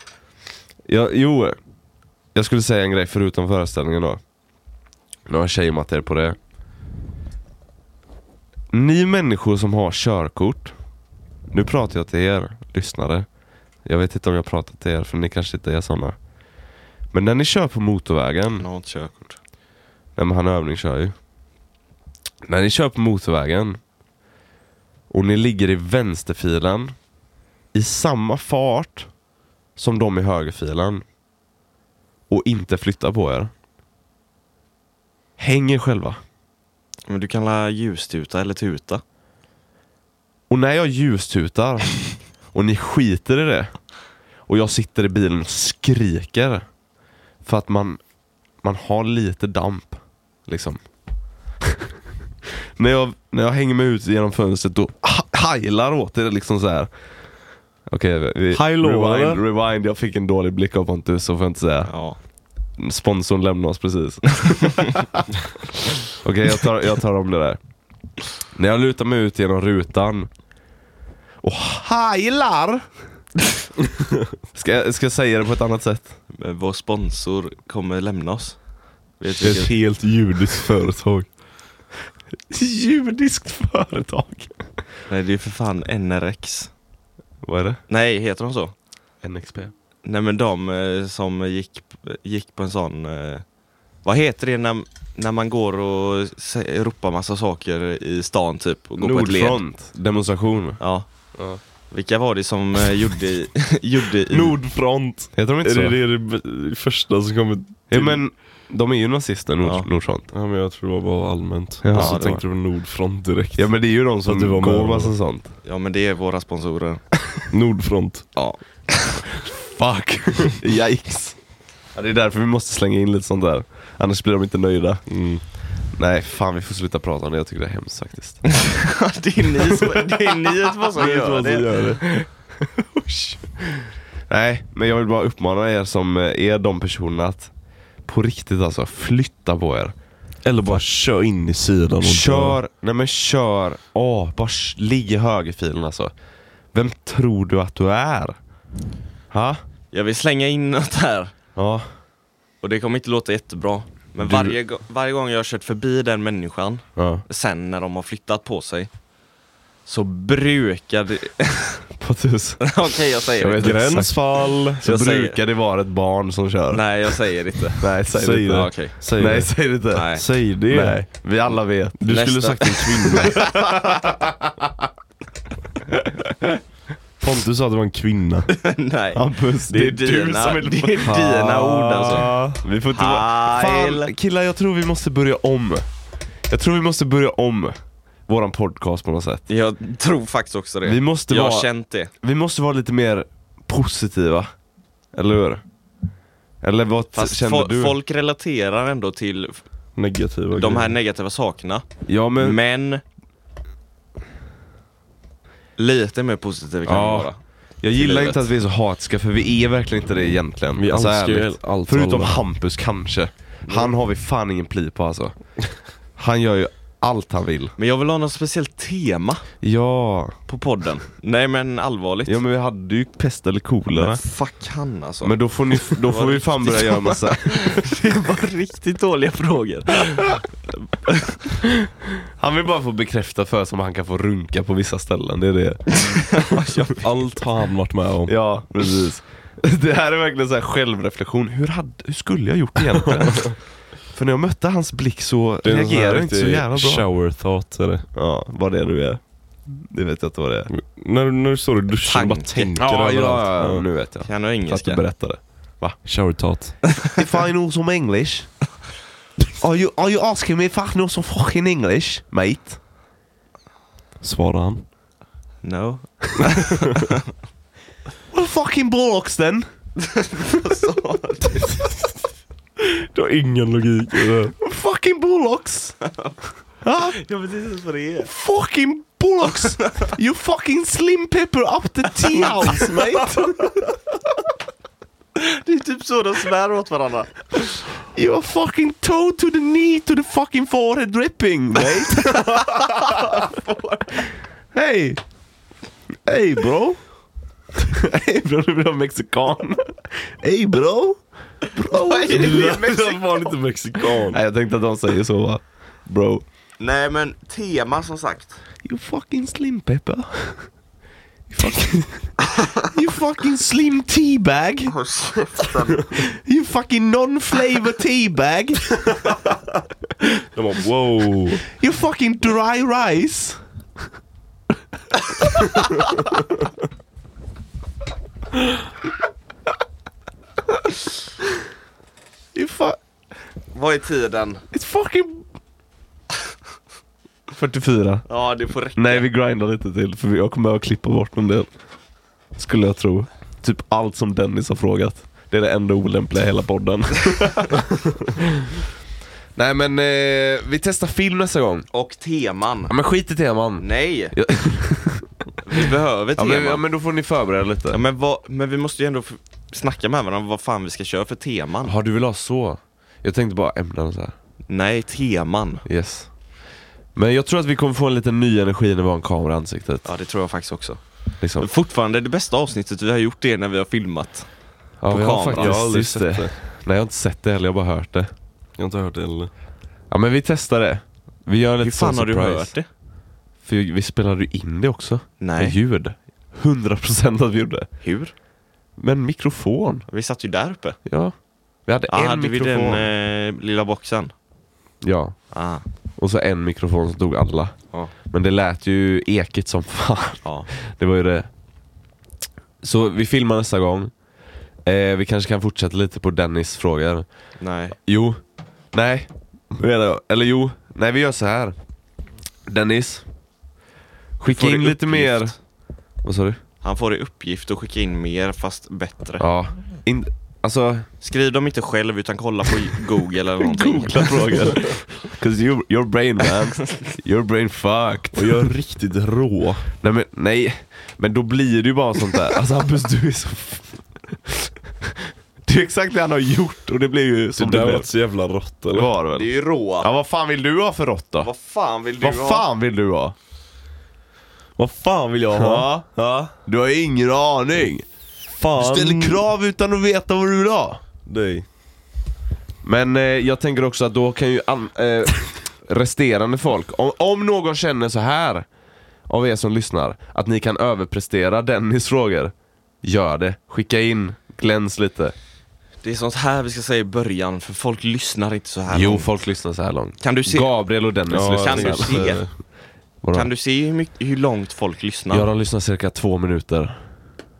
S1: Jag, jo, jag skulle säga en grej förutom föreställningen då. Nu har jag shameat er på det. Ni människor som har körkort. Nu pratar jag till er lyssnare. Jag vet inte om jag pratar till er för ni kanske inte är sådana. Men när ni kör på motorvägen.
S3: Han Mm. har inte körkort.
S1: Nej men han övningskör ju. När ni kör på motorvägen och ni ligger i vänsterfilen i samma fart som de i högerfilen och inte flyttar på er. Häng er själva.
S3: Men du kan la ljustuta eller tuta.
S1: Och när jag ljustutar och ni skiter i det och jag sitter i bilen och skriker för att man, man har lite damp. Liksom. när, jag, när jag hänger mig ut genom fönstret och ha- hajlar åt er liksom så här. Okej, vi-
S5: Hajlå,
S1: rewind,
S5: eller?
S1: rewind. Jag fick en dålig blick av Pontus, så får jag inte säga.
S3: Ja.
S1: Sponsorn lämnade oss precis. Okej, jag, tar, jag tar om det där. När jag lutar mig ut genom rutan och hajlar! ska, jag- ska jag säga det på ett annat sätt?
S3: Men vår sponsor kommer lämna oss. Vet
S5: Det är ett
S3: vilket?
S5: helt judiskt företag.
S1: Judiskt företag.
S3: Nej det är ju för fan NRX.
S1: Vad är det?
S3: Nej, heter de så?
S1: NXP.
S3: Nej men de eh, som gick, gick på en sån... eh, Vad heter det när, när man går och se- ropar massa saker i stan typ? Och går på ett led?
S1: Nordfront. Demonstration.
S3: Ja. Vilka var det som eh, gjorde, i- gjorde i...
S5: Nordfront.
S1: Heter de inte
S5: Är
S1: så?
S5: det det, det första som kommer till?
S1: Ja, men de är ju nazister, Nord-
S3: Ja.
S1: Nordfront.
S5: ja men jag tror det var bara allmänt.
S1: Ja,
S5: och så
S3: det var-
S5: tänkte du på Nordfront direkt.
S1: Ja men det är ju de som
S5: Att du var med
S1: går
S5: och-
S1: massa sånt.
S3: Ja men det är våra sponsorer.
S5: Nordfront.
S3: Ja.
S1: Fuck! Yikes! Ja, det är därför vi måste slänga in lite sånt där. Annars blir de inte nöjda.
S3: Mm.
S1: Nej, fan vi får sluta prata om det. Jag tycker det är hemskt faktiskt.
S3: det är ni som, det är ni som, som gör
S5: Vad
S3: det.
S5: gör det?
S1: Nej, men jag vill bara uppmana er som eh, är de personerna att på riktigt alltså, flytta på er.
S5: Eller bara kör in i sidan och dö.
S1: Kör, nej men kör, åh, bara sh- ligg i högerfilen alltså. Vem tror du att du är? Ha?
S3: Jag vill slänga in något här.
S1: Ja.
S3: Och det kommer inte låta jättebra. Men varje, go- varje gång jag har kört förbi den människan,
S1: ja.
S3: sen när de har flyttat på sig, så brukar det...
S1: Pattus.
S3: Okej, jag säger
S1: Jag
S3: det
S1: vet
S3: inte.
S1: Gränsfall. Så
S3: Jag säger-
S1: brukar det vara ett barn som kör.
S3: Nej, jag säger det inte.
S1: Nej, säg,
S5: Säg
S1: det inte.
S5: det.
S3: Ja, okej.
S5: Säg
S1: Nej,
S5: det.
S1: säg det inte.
S3: Nej.
S5: Säg det.
S1: Nej, vi alla vet.
S5: Du
S3: Nästa.
S5: skulle sagt en kvinna. Pontus sa att det var en kvinna.
S3: Nej.
S1: Hampus,
S3: Det är dina, det är dina
S1: Ah.
S3: ord alltså.
S1: Vi får inte vara... Fan,
S3: Heil.
S1: killar jag tror vi måste börja om. Jag tror vi måste börja om våran podcast på något sätt.
S3: Jag tror faktiskt också det.
S1: Vi måste
S3: jag har
S1: vara-
S3: känt det.
S1: Vi måste vara lite mer positiva. Eller hur? Eller vad
S3: Fast
S1: kände
S3: fo-
S1: du?
S3: folk relaterar ändå till f-
S5: Negativa
S3: de här
S5: grejer.
S3: negativa sakerna.
S1: Ja men,
S3: Men... Lite mer positiva kan
S1: Ja.
S3: det vara.
S1: jag gillar
S3: livet.
S1: inte att vi är så hatiska för vi är verkligen inte det egentligen.
S5: Vi
S1: Alltså,
S5: älskar ju
S1: ärligt.
S5: allt för
S1: Förutom
S5: alla.
S1: Hampus kanske. Han har vi fan ingen pli på alltså. Han gör ju allt han vill.
S3: Men jag vill ha något speciellt tema
S1: Ja.
S3: på podden. Nej men allvarligt.
S1: Ja men vi hade ju pest eller kolera.
S3: men fuck han alltså.
S1: Men då får, ni, då får vi fan börja göra massa...
S3: det var riktigt dåliga frågor.
S1: Han vill bara få bekräfta för sig om han kan få runka på vissa ställen, det är det. Alltså,
S5: Allt har han varit med om.
S1: Ja, precis. Det här är verkligen så här självreflektion. Hur, hade, hur skulle jag gjort egentligen? för när jag mötte hans blick så
S5: Det är en sån här
S1: reagerade jag inte så
S5: riktig
S1: jävla bra.
S5: Shower thought är det.
S1: Ja, vad det nu är. Det vet jag inte vad det är.
S5: När, när du står i duschen och bara
S3: Tanke.
S5: tänker
S1: Ja, ja,
S5: överallt.
S1: ja, nu vet jag.
S3: Kan du
S1: Fast du
S3: engelska?
S1: berättade.
S5: Shower thought.
S1: If I know some English Are you, are you asking me if I know some fucking English? Mate?
S5: Svarar han.
S3: No.
S1: What fucking bollocks then?
S5: Du har ingen logik i det.
S1: Fucking bollocks! ah,
S3: Jag vet inte ens vad det är.
S1: fucking bollocks! You fucking slim pepper up the tea house mate!
S3: Det är typ så de svär åt varandra.
S1: You are fucking toe to the knee to the fucking forehead dripping mate! hey! Hey bro! hey bro, nu blir jag mexikan. hey bro! Bro!
S5: Han var inte mexikan.
S1: Nej jag tänkte att de säger så va. Bro.
S3: Nej men tema som sagt.
S1: You fucking slim pepper. You fucking, you fucking slim teabag.
S3: Håll käften.
S1: You fucking non-flavor teabag.
S5: De bara wow.
S1: You fucking dry rice. you fuck...
S3: Vad är tiden?
S1: It's fucking... 44.
S3: Ja det får räcka.
S1: Nej vi grindar lite till för jag kommer att klippa bort en del. Skulle jag tro. Typ allt som Dennis har frågat. Det är det enda olämpliga i hela podden. Nej men eh, vi testar film nästa gång.
S3: Och teman.
S1: Ja men skit i teman.
S3: Nej.
S1: Ja.
S3: Vi behöver
S1: Ja
S3: teman.
S1: men, ja men då får ni förbereda lite.
S3: men, vad, men vi måste ju ändå f- snacka med varandra vad fan vi ska köra för teman.
S1: Har du vill ha så? Jag tänkte bara ämnen så här.
S3: Nej, teman.
S1: Yes. Men jag tror att vi kommer få en liten ny energi när vi har en kamera i ansiktet.
S3: Ja, det tror jag faktiskt också.
S1: Liksom.
S3: Fortfarande det bästa avsnittet vi har gjort det är när vi har filmat.
S1: Ja,
S3: på
S1: vi
S3: kameran.
S1: har faktiskt
S5: Jag har aldrig
S1: just det.
S5: sett det.
S1: Nej, jag har inte sett det heller. Jag har bara hört det.
S5: Jag har inte hört det heller.
S1: Ja, men vi testar det. Vi gör lite
S3: Hur fan
S1: sån
S3: har du
S1: surprise.
S3: hört det?
S1: För vi spelade ju in det också. Med
S3: Nej.
S1: ljud. 100% att vi gjorde.
S3: Hur?
S1: Men mikrofon.
S3: Vi satt ju där uppe.
S1: Ja. Vi hade
S3: Ja,
S1: en
S3: hade vi
S1: mikrofon.
S3: den eh, lilla boxen?
S1: Ja.
S3: Ah,
S1: Och så en mikrofon som tog alla.
S3: Ja.
S1: Men det lät ju ekigt som fan.
S3: ja.
S1: Det var ju det. Så vi filmar nästa gång. Eh, vi kanske kan fortsätta lite på Dennis frågor.
S3: Nej.
S1: Jo. Nej. Vad menar jag? Eller jo. Nej, vi gör så här. Dennis. Skicka
S3: Får
S1: in
S3: du
S1: lite mer...
S3: uppgift?
S1: Vad sa du?
S3: Han får i uppgift att skicka in mer fast bättre.
S1: Ja. In... Alltså...
S3: Skriv dem inte själv utan kolla på Google eller någonting.
S1: frågor. Cause you, your brain man. Your brain fucked.
S5: Och jag är riktigt rå.
S1: Nej men, nej. men då blir det ju bara sånt där. Alltså Hampus du är så... f- Det är exakt det han har gjort och det blev ju
S5: Det
S1: som det,
S5: där var
S1: blev.
S5: inte så jävla rått
S1: Det
S5: eller?
S1: var det väl?
S3: Det är ju råa.
S1: Ja vad fan vill du ha för rått då?
S3: Vad fan vill du
S1: vad
S3: ha?
S1: fan vill du ha?
S5: Vad fan vill jag ha?
S1: Ja.
S5: Ja,
S1: Du har ju ingen aning.
S5: fan.
S1: Du ställer krav utan att veta vad du vill ha.
S5: dig.
S1: Men eh, jag tänker också att då kan ju an- eh, resterande folk, om, om någon känner så här av er som lyssnar, att ni kan överprestera Dennis frågor, gör det. Skicka in, gläns lite.
S3: Det är sånt här vi ska säga i början för folk lyssnar inte så här
S1: Jo,
S3: långt.
S1: folk lyssnar så här långt.
S3: Kan du se,
S1: Gabriel och Dennis
S5: Ja,
S1: lyssnar
S3: kan
S1: så
S3: du
S1: här långt.
S3: se,
S1: Vadå?
S3: kan du se hur, mycket, hur långt folk lyssnar?
S1: Ja, de lyssnar cirka två minuter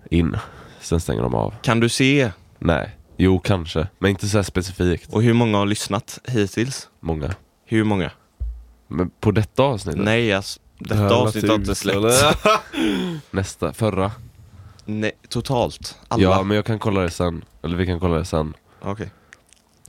S1: in. Sen stänger de av.
S3: Kan du se
S1: Nej. Jo, kanske. Men inte så här specifikt.
S3: och hur många har lyssnat hittills?
S1: Många.
S3: Hur många?
S1: Men på detta avsnittet?
S3: Nej, alltså, detta
S5: här
S3: avsnittet har
S5: lät
S3: inte
S5: ut,
S3: släppts.
S5: eller?
S1: Nästa? Förra?
S3: Nej, totalt. Alla?
S1: Ja, men jag kan kolla det sen. Eller vi kan kolla det sen.
S3: Okej.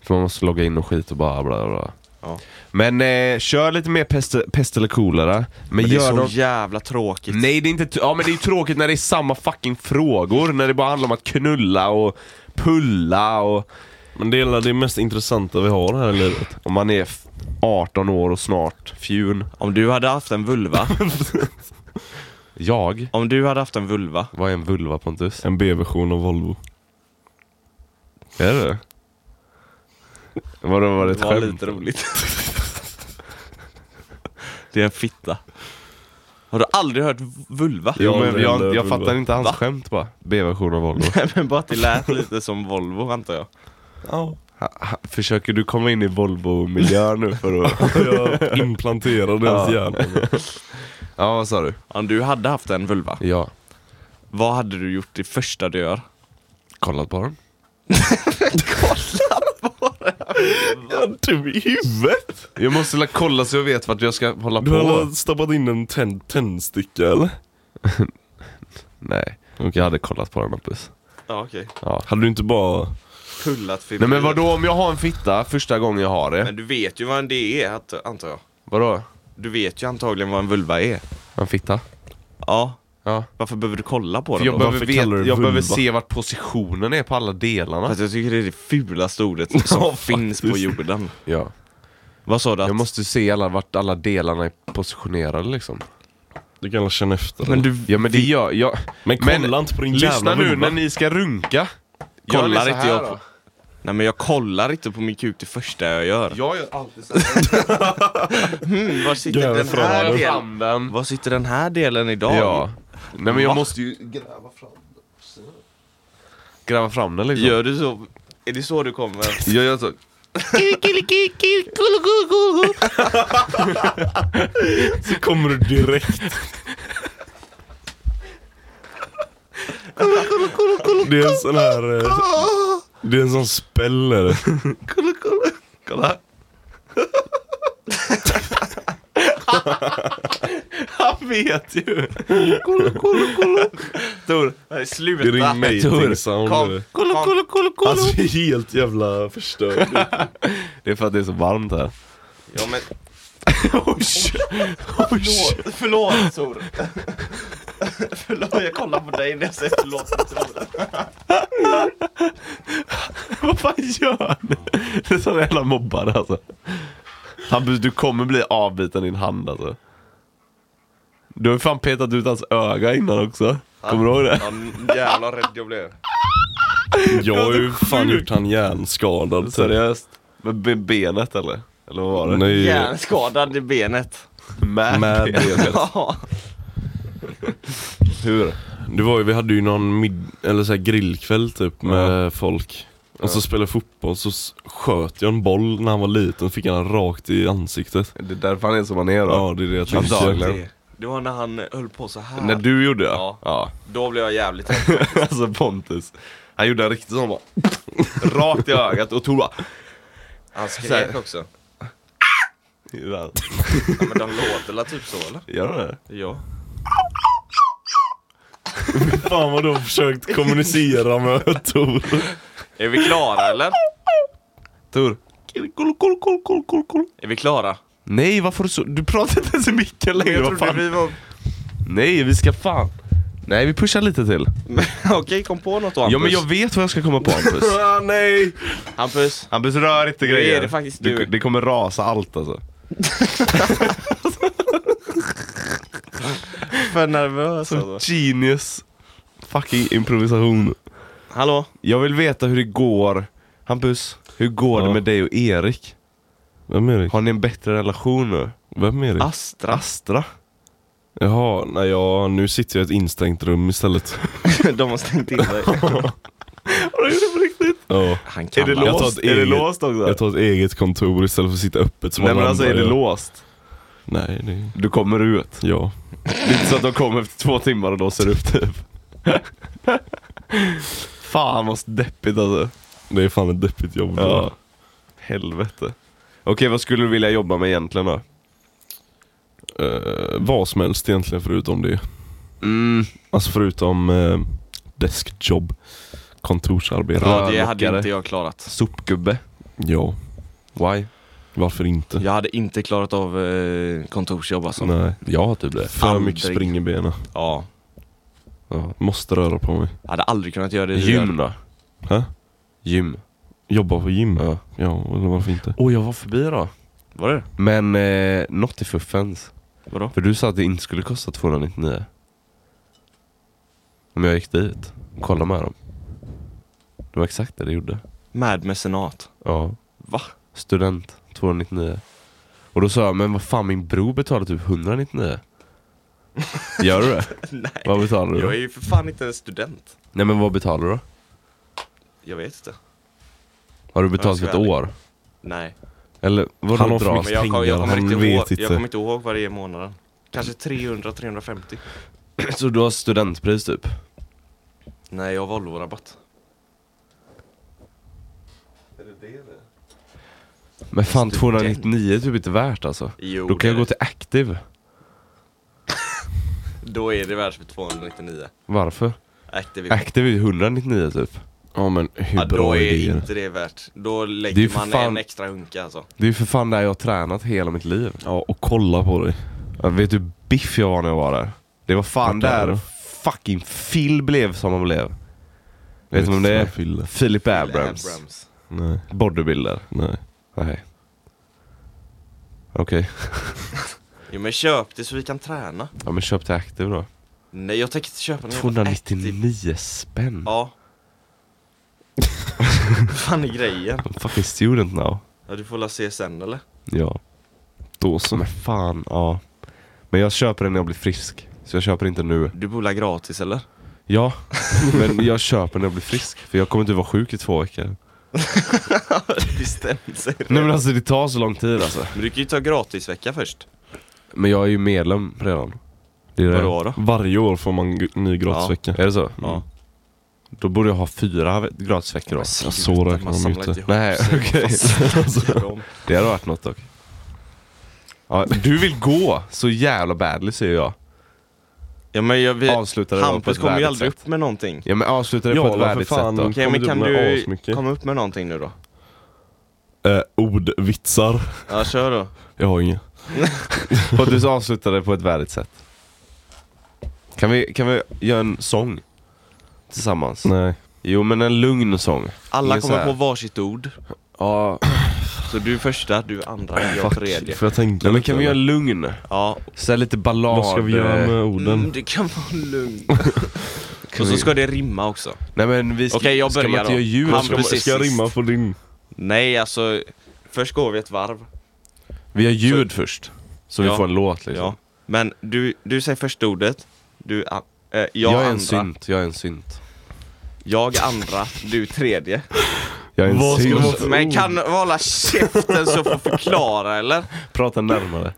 S1: För man måste logga in och skit och bara bla bla bla.
S3: Ja.
S1: Men eh, kör lite mer pest, pest eller kolera. Men,
S3: Men det är
S1: gör
S3: så
S1: dem...
S3: jävla tråkigt.
S1: Nej det är inte... t- Ja men det är ju tråkigt när det är samma fucking frågor. När det bara handlar om att knulla och pulla och...
S5: Men det är väl det mest intressanta vi har här i livet.
S1: Om man är f- 18 år och snart fjun.
S3: Om du hade haft en vulva,
S1: Jag?
S3: om du hade haft en vulva,
S1: Vad är en vulva Pontus?
S5: En B-version av Volvo.
S1: Är det Vadå var det ett
S3: var
S1: skämt?
S3: lite roligt. det är en fitta. Har du aldrig hört vulva?
S1: Jo men
S5: Jag undrar
S1: jag, jag
S5: vulva.
S1: fattar inte hans skämt bara. B-version av Volvo.
S3: Nej men bara att det lät lite som Volvo antar jag.
S5: Ja.
S1: Ha- ha- Försöker du komma in i Volvo-miljö nu för att...
S5: Jag implanterar deras hjärna.
S1: ja vad sa du?
S3: Om du hade haft en vulva,
S1: Ja.
S3: vad hade du gjort det första du gör?
S1: Kollat på den?
S5: Är du i huvudet?
S1: Jag måste la kolla så jag vet vart jag ska hålla
S5: Du
S1: på.
S5: har stoppat in en tänd- tändsticka eller?
S1: Nej, jag hade kollat på den Hampus.
S3: Ja okej.
S5: Hade du inte bara...
S3: Pullat
S1: Nej
S3: fibrer.
S1: men vadå om jag har en fitta första gången jag har det?
S3: Men du vet ju vad det är att- antar jag.
S1: Vadå?
S3: Du vet ju antagligen vad en vulva är.
S1: En fitta?
S3: Ja.
S1: Ja.
S3: Varför behöver du kolla på
S1: För
S3: den
S1: jag
S3: då?
S1: behöver,
S5: varför kallar du
S1: vet,
S5: det
S1: jag behöver
S5: vulva?
S1: se vart positionen är på alla
S3: För
S1: delarna.
S3: att jag tycker det är det fulaste ordet som finns på jorden.
S1: Ja.
S3: Vad sa du? Att...
S1: Jag måste se alla, vart alla delarna är positionerade liksom.
S5: Du kan känna efter.
S3: Men du
S1: Ja men det gör jag.
S5: Men
S1: Men
S5: kolla inte på din
S1: Lyssna
S5: jävla
S1: nu
S5: vulva.
S1: när ni ska runka. Gör
S3: kollar
S1: ni så
S3: inte
S1: här
S3: jag
S1: då?
S3: på... Nej men jag kollar inte på min kuk det första jag gör.
S1: Jag gör alltid såhär.
S3: Mm, var, sitter
S5: Gräver
S3: den
S5: fram
S3: här
S5: den.
S3: delen...
S1: Fram den.
S3: var sitter den här delen idag?
S1: Ja. Nej men jag
S3: Va?
S1: måste ju gräva fram den. Gräva fram den liksom.
S3: Gör du så? Är det så du kommer?
S1: Jag gör så.
S5: Så kommer du direkt. det är en sån här... eh, Det är en sån spell är det.
S3: Kolla. Han vet ju. Kolla, kolla, kolla. Tor, nej, sluta.
S5: Det är din mating sound. är
S3: Kom,
S5: det.
S3: kolla, kolla, kolla, kolla.
S5: Alltså det är helt jävla förstört.
S1: Det är för att det är så varmt här.
S3: Ja men... Förlåt, förlåt Tor. Förlåt, jag kollar på dig när jag säger förlåt.
S1: Vad fan gör ni? Det är sån jävla mobbare alltså. Hampus, du kommer bli avbiten din hand alltså. Du har ju fan petat ut hans öga innan också. Kommer du ihåg det?
S3: Ja, jävlar Mm, rädd jag blev.
S2: Jag har ju fan gjort han hjärnskadad.
S5: typ.
S1: Seriöst? Med be- benet eller? Eller vad var det?
S2: Nej.
S3: Hjärnskadad i benet.
S1: Med,
S2: Med benet.
S3: Ja.
S1: Hur?
S2: Det var ju, vi hade ju någon mid- eller så här grillkväll typ med folk. Och så spelade jag fotboll, så s- sköt jag en boll när han var liten, fick han rakt i ansiktet.
S1: Det är därför han är som han är då.
S2: Ja det är det jag tänkte.
S1: Antagligen.
S3: Det var när han höll på så här.
S1: När du gjorde det?
S3: Ja.
S1: ja.
S3: Då blev jag jävligt rädd.
S1: alltså Pontus. Han gjorde en riktig sån bara. Rakt i ögat och Tor bara.
S3: Han
S1: Så
S3: skrek
S1: här.
S3: också. Ja, men de låter la typ så eller?
S1: Gör han det?
S3: Ja.
S2: Fan vad du har försökt kommunicera med Tor.
S3: Är vi klara eller?
S1: Tor. Kol, kol, kol, kol, kol, kol.
S3: Är vi klara?
S1: Nej varför du så? Du pratar inte ens i micken längre.
S3: Jag
S1: Vad
S3: trodde
S1: fan?
S3: vi var...
S1: Nej vi ska fan. Nej vi pushar lite till.
S3: Okej, kom på något då Hampus.
S1: Ja men jag vet vad jag ska komma på Hampus.
S2: ah, nej!
S3: Hampus.
S1: Hampus rör inte
S3: är
S1: grejer.
S3: det faktiskt
S1: Det-
S3: du.
S1: Det kommer rasa allt alltså.
S3: För nervös alltså.
S1: Så genius fucking improvisation.
S3: Hallå?
S1: Jag vill veta hur det går. Hampus, hur går det
S2: Ja.
S1: med dig och Erik?
S2: Vem är det?
S1: Har Ah. ni en bättre relation nu?
S2: Vem är det?
S1: Astra. Astra?
S2: Jaha, nej ja, nu sitter jag i ett instängt rum istället.
S3: De har stängt in dig.
S1: Har du gjort det på riktigt?
S2: Ja.
S3: Han kan
S1: Är det
S3: alla.
S2: Jag tar
S1: låst?
S2: ett
S1: Är det
S2: eget-
S1: låst också?
S2: Jag tar ett eget kontor istället för att sitta öppet som
S1: Nej
S2: alla
S1: men alltså är
S2: andra
S1: det
S2: gör.
S1: låst?
S2: Nej, det...
S1: Du kommer ut.
S2: Ja.
S1: Det är inte så att de kommer efter två timmar och låser upp typ. Fan vad deppigt alltså.
S2: Det är fan ett deppigt jobb.
S1: Ja. Helvete. Okej vad skulle du vilja jobba med egentligen då?
S2: Eh, vad som helst egentligen förutom det.
S3: Mm,
S2: Alltså förutom eh, deskjobb, kontorsarbete.
S3: Ja, det hade
S1: Rörmokare.
S3: inte jag klarat.
S1: Sopgubbe?
S2: Ja,
S1: Why?
S2: varför inte?
S3: Jag hade inte klarat av eh, kontorsjobb alltså.
S2: Nej.
S1: Ja typ det.
S2: För
S3: Aldrig.
S2: mycket spring i benen.
S3: Ja.
S2: Måste röra på mig.
S3: Jag hade aldrig kunnat göra det.
S1: Gym då?
S2: Hä?
S1: Gym.
S2: Jobba på gym?
S1: Ja.
S2: Ja. eller varför inte?
S1: Åh jag var förbi då.
S3: Var det?
S1: Men eh, något i fuffens.
S3: Vadå?
S1: För du sa att det inte skulle kosta 299. Om jag gick dit och kollade med dem. Det var exakt det det gjorde.
S3: Med mecenat.
S1: Ja.
S3: Va?
S1: Student, 299. Och då sa jag, men vad fan min bror betalar typ 199. Gör du det?
S3: Nej.
S1: Vad betalar du då?
S3: Jag är ju för fan inte en student.
S1: Nej men vad betalar du då?
S3: Jag vet inte.
S1: Har du betalat för ett
S3: Jag ska vara
S1: år?
S3: Nej.
S1: Eller vadå
S2: Han har för
S1: dra?
S2: mycket
S3: Men jag, kom, jag, kommer
S2: Han
S3: inte
S2: vet
S3: ihåg, jag
S2: inte.
S3: kommer inte ihåg varje månad. Kanske 300-350.
S1: Så du har studentpris typ?
S3: Nej, jag har Volvo-rabatt.
S1: Men fan
S3: Student.
S1: 299 är typ inte värt alltså.
S3: Jo,
S1: Då
S3: det
S1: kan jag
S3: är
S1: gå
S3: det.
S1: till Active.
S3: Då är det värt typ för 299.
S1: Varför?
S3: Active Income.
S1: Active är ju 199 typ.
S2: Ja men hur
S3: Ja,
S2: bra
S3: då är
S2: är det?
S3: inte det värt. Då
S1: Det är ju
S3: lägger
S1: för
S3: man
S1: fan- Äh,
S3: en extra hunka alltså.
S1: Det är ju för fan där jag har tränat hela mitt liv.
S2: Ja, och kolla på dig.
S1: Ja, vet du hur biff jag var när jag var där? Det var fan
S2: Vart var
S1: där
S2: du?
S1: fucking Phil blev som han blev. Vet du vem det är?
S2: Fille.
S1: Philip Abrams.
S3: Abrams.
S2: Nej,
S1: Bodybuilder.
S2: nej.
S1: Nej. Okej.
S3: Jo men köp det så vi kan träna.
S1: Ja men köp till Active då.
S3: Nej jag tänker inte köpa någon jävla Active.
S1: 299 spänn.
S3: Ja. Vad fan är grejen?
S1: I'm fucking student now.
S3: Ja, du får la se sen eller?
S1: Ja.
S2: Då
S1: Så
S2: så.
S1: men fan, ja. Men jag köper den när jag blir frisk. Så jag köper inte nu.
S3: Du bor la gratis eller?
S1: Ja, men jag köper när jag blir frisk. För jag kommer inte vara sjuk i två veckor.
S3: Bestäm sig.
S1: Nej men alltså det tar så lång tid alltså.
S3: Men du kan ju ta gratisvecka först.
S1: Men jag är ju medlem redan. Det är det.
S3: Vadå då?
S2: Varje år får man g- ny gratisvecka.
S1: Är det så?
S3: Ja.
S1: Då borde jag ha fyra ve- gratisveckor då.
S2: Ja, så räknar
S3: Man
S2: de
S3: samlar
S2: inte.
S3: inte ihop
S1: Nej, Alltså.
S3: sig.
S1: okej.
S3: Gör om.
S1: Det hade varit något dock. Ja, du vill gå så jävla badly säger jag.
S3: Ja men jag vet,
S1: Avsluta det då på
S3: Hampus
S1: ett
S3: kommer ju
S1: värdigt
S3: aldrig
S1: sätt.
S3: upp med någonting.
S1: Ja men avsluta det
S2: Ja,
S1: på ett
S2: la för
S1: värdigt
S2: fan.
S1: sätt då.
S3: Okej
S2: kommer
S3: men
S2: du
S3: kan
S2: med
S3: du
S2: asmycket.
S3: komma upp med någonting nu då?
S2: Eh, ordvitsar.
S3: Ja kör då.
S2: Jag har inga.
S1: För att du avslutar det på ett värdigt sätt. Kan Kan vi, kan vi göra en sång? Tillsammans?
S5: Nej.
S1: Jo men en lugn sång.
S3: Alla
S1: Ingen så
S3: kommer
S1: här-
S3: på varsitt ord.
S1: Ja, Äh,
S3: Så du första, du andra, jag
S1: Fuck.
S3: tredje.
S5: Får jag tänka
S1: nej, men
S5: lite,
S1: kan vi göra
S5: eller?
S1: en lugn?
S3: Ja,
S1: Såhär lite ballad. eh,
S5: Vad ska vi göra med
S3: mm,
S5: orden?
S3: det kan vara lugnt. Och så ska det rimma också.
S1: Nej men vi ska,
S3: Okej, jag
S1: ska man
S3: börjar
S1: inte
S3: då.
S1: göra ljud?
S3: Han
S1: Ska man-
S3: precis
S5: Ska jag
S3: sist.
S5: rimma på din?
S3: Nej alltså, först går vi ett varv.
S1: Vi gör ljud först. Så vi
S3: Ja.
S1: får en låt liksom.
S3: Ja. Men du, du säger första ordet, du, a- eh, jag,
S1: Jag, är
S3: andra,
S1: en synt, jag är en synt.
S3: jag andra, du tredje.
S1: Jag är en
S5: Vad ska
S1: synt.
S5: man- Just det.
S3: Men kan du hålla käften så jag får förklara eller?
S1: Prata närmare.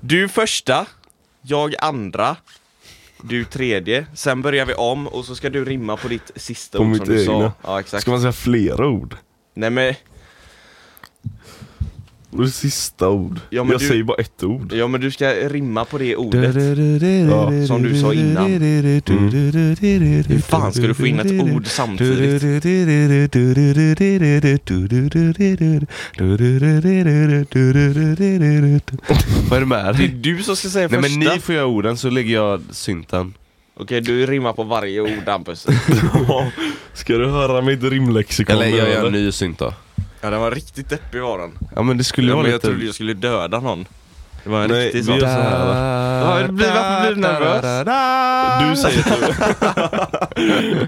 S3: Du första, jag andra, du tredje. Sen börjar vi om och så ska du rimma på ditt sista
S5: På
S3: ord
S5: mitt
S3: som du sa.
S5: egna.
S3: Ja exakt.
S5: Ska man säga flera ord?
S3: Nej men,
S5: Och det sista ord?
S3: Ja, men
S5: jag
S3: du-
S5: säger bara ett ord.
S3: ja, men du ska rimma på det ordet.
S5: Ja.
S3: Som du sa innan. Hur fan ska du få in ett ord samtidigt?
S1: Vad är det med
S3: Det
S1: dig?
S3: är du som ska säga
S1: Nej
S3: första.
S1: men ni får göra orden så lägger jag synten.
S3: Okej, du rimmar på varje ord Hampus.
S5: Ska du höra mitt rimlexikon
S1: Eller
S5: nu,
S1: jag gör en ny synt då.
S3: Ja den var riktigt deppig var den.
S1: Ja men det skulle
S3: Ja,
S1: vara
S3: men jag
S1: lite...
S3: trodde jag skulle döda någon. Det var en
S5: Nej,
S3: riktig
S5: vi
S3: sån.
S5: gör så här, va?
S3: Ja, det blir- varför blir du nervös?
S5: Du säger ett ord.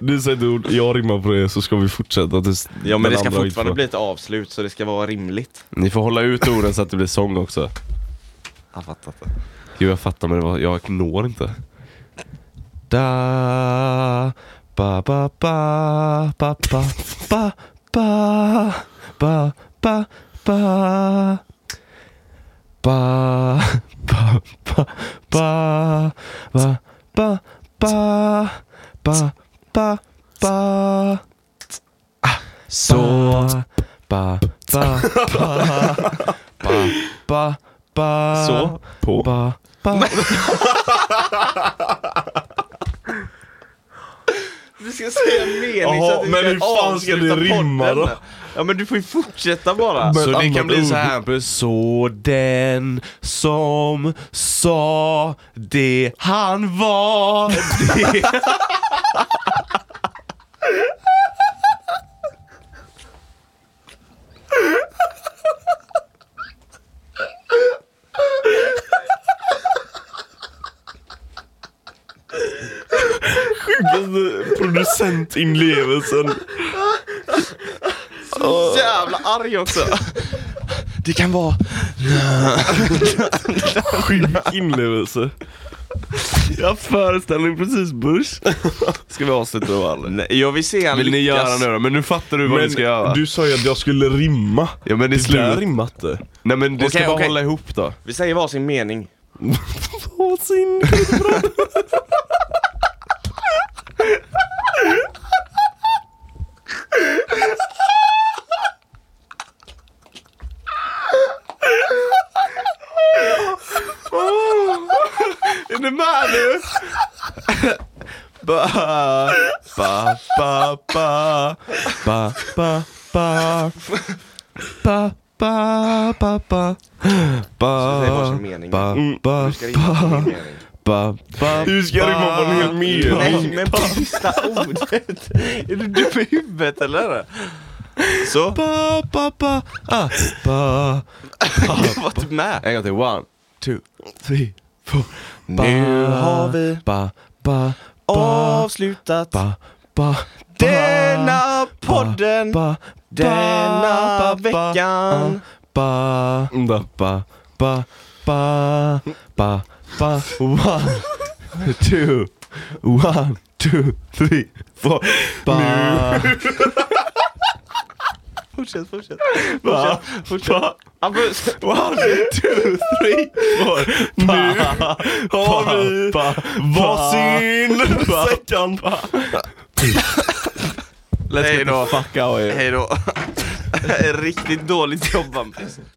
S5: Du säger ett ord, jag rimmar på det så ska vi fortsätta tills
S3: Ja men
S5: den
S3: det ska
S5: andra har
S3: fortfarande
S5: hittat.
S3: bli ett avslut så det ska vara rimligt.
S1: Ni får hålla ut orden så att det blir sång också.
S3: Jag fattar inte.
S1: Jo jag fattar men det var, jag når inte. Da, ba ba ba ba ba ba ba ba ba ba ba ba ba ba ba ba ba ba ba ba så ba ba ba ba ba ba
S5: Så, på.
S1: ba ba
S3: Du ska säga en mening
S5: Jaha,
S3: så att vi
S5: men hur fan ska
S3: avsluta
S5: det rimma
S3: podden.
S5: då?
S3: Ja men du får ju fortsätta bara.
S5: Men-
S1: Så det
S5: annat
S1: kan bli
S5: ord.
S1: så här Hampus. Så den som sa det han var det.
S5: Producentinlevelsen.
S3: Så jävla arg också. Det kan vara...
S5: Sjuk inlevelse.
S1: Jag föreställer mig precis Bush. Ska vi avsluta då eller?
S3: Nej, jag vill se han
S1: Vill ni
S3: lyckas.
S1: göra nu då? Men nu fattar du vad
S5: Men
S1: du ska göra.
S5: du sa ju att jag skulle rimma.
S1: Ja men det är
S5: Det där
S1: slut.
S5: rimmat det.
S1: Nej men det ska
S3: Okej,
S1: bara
S3: okej.
S1: hålla ihop då.
S3: Vi säger varsin mening.
S5: Vansinne.
S1: Är ni med nu? ba, ba, ba, ba, ba, ba, ba, ba, ba, ba, ba. Ba,
S3: säga varsin mening.
S1: Ah, ba, ba,
S3: Du ska rimma
S5: Du ska rimma på
S1: ba, ba,
S3: på en mening.
S5: en hel mening.
S3: Nej men på sista ordet. Är du dum i huvudet eller? Så,
S1: ba, ba, ba, ah, ba.
S3: jag har varit med.
S1: En gång till. One, two, three, four. Ba,
S3: Nu har vi
S1: ba, ba, ba,
S3: avslutat
S1: ba, ba,
S3: denna podden.
S1: ba,
S3: Denna
S1: ba, ba,
S3: veckan.
S1: ba,
S5: Da.
S1: ba, ba, ba, ba, ba, one, two, one, two, three, four, ba,
S3: Fortsätt, fortsätt.
S1: ba, ba,
S3: Hampus.
S1: one, two, three, four, nu
S5: Har vi
S1: ba,
S5: varsin säckan.
S1: Let's get the fuck out of here.
S3: Hej då. Riktigt dåligt jobb Hampus.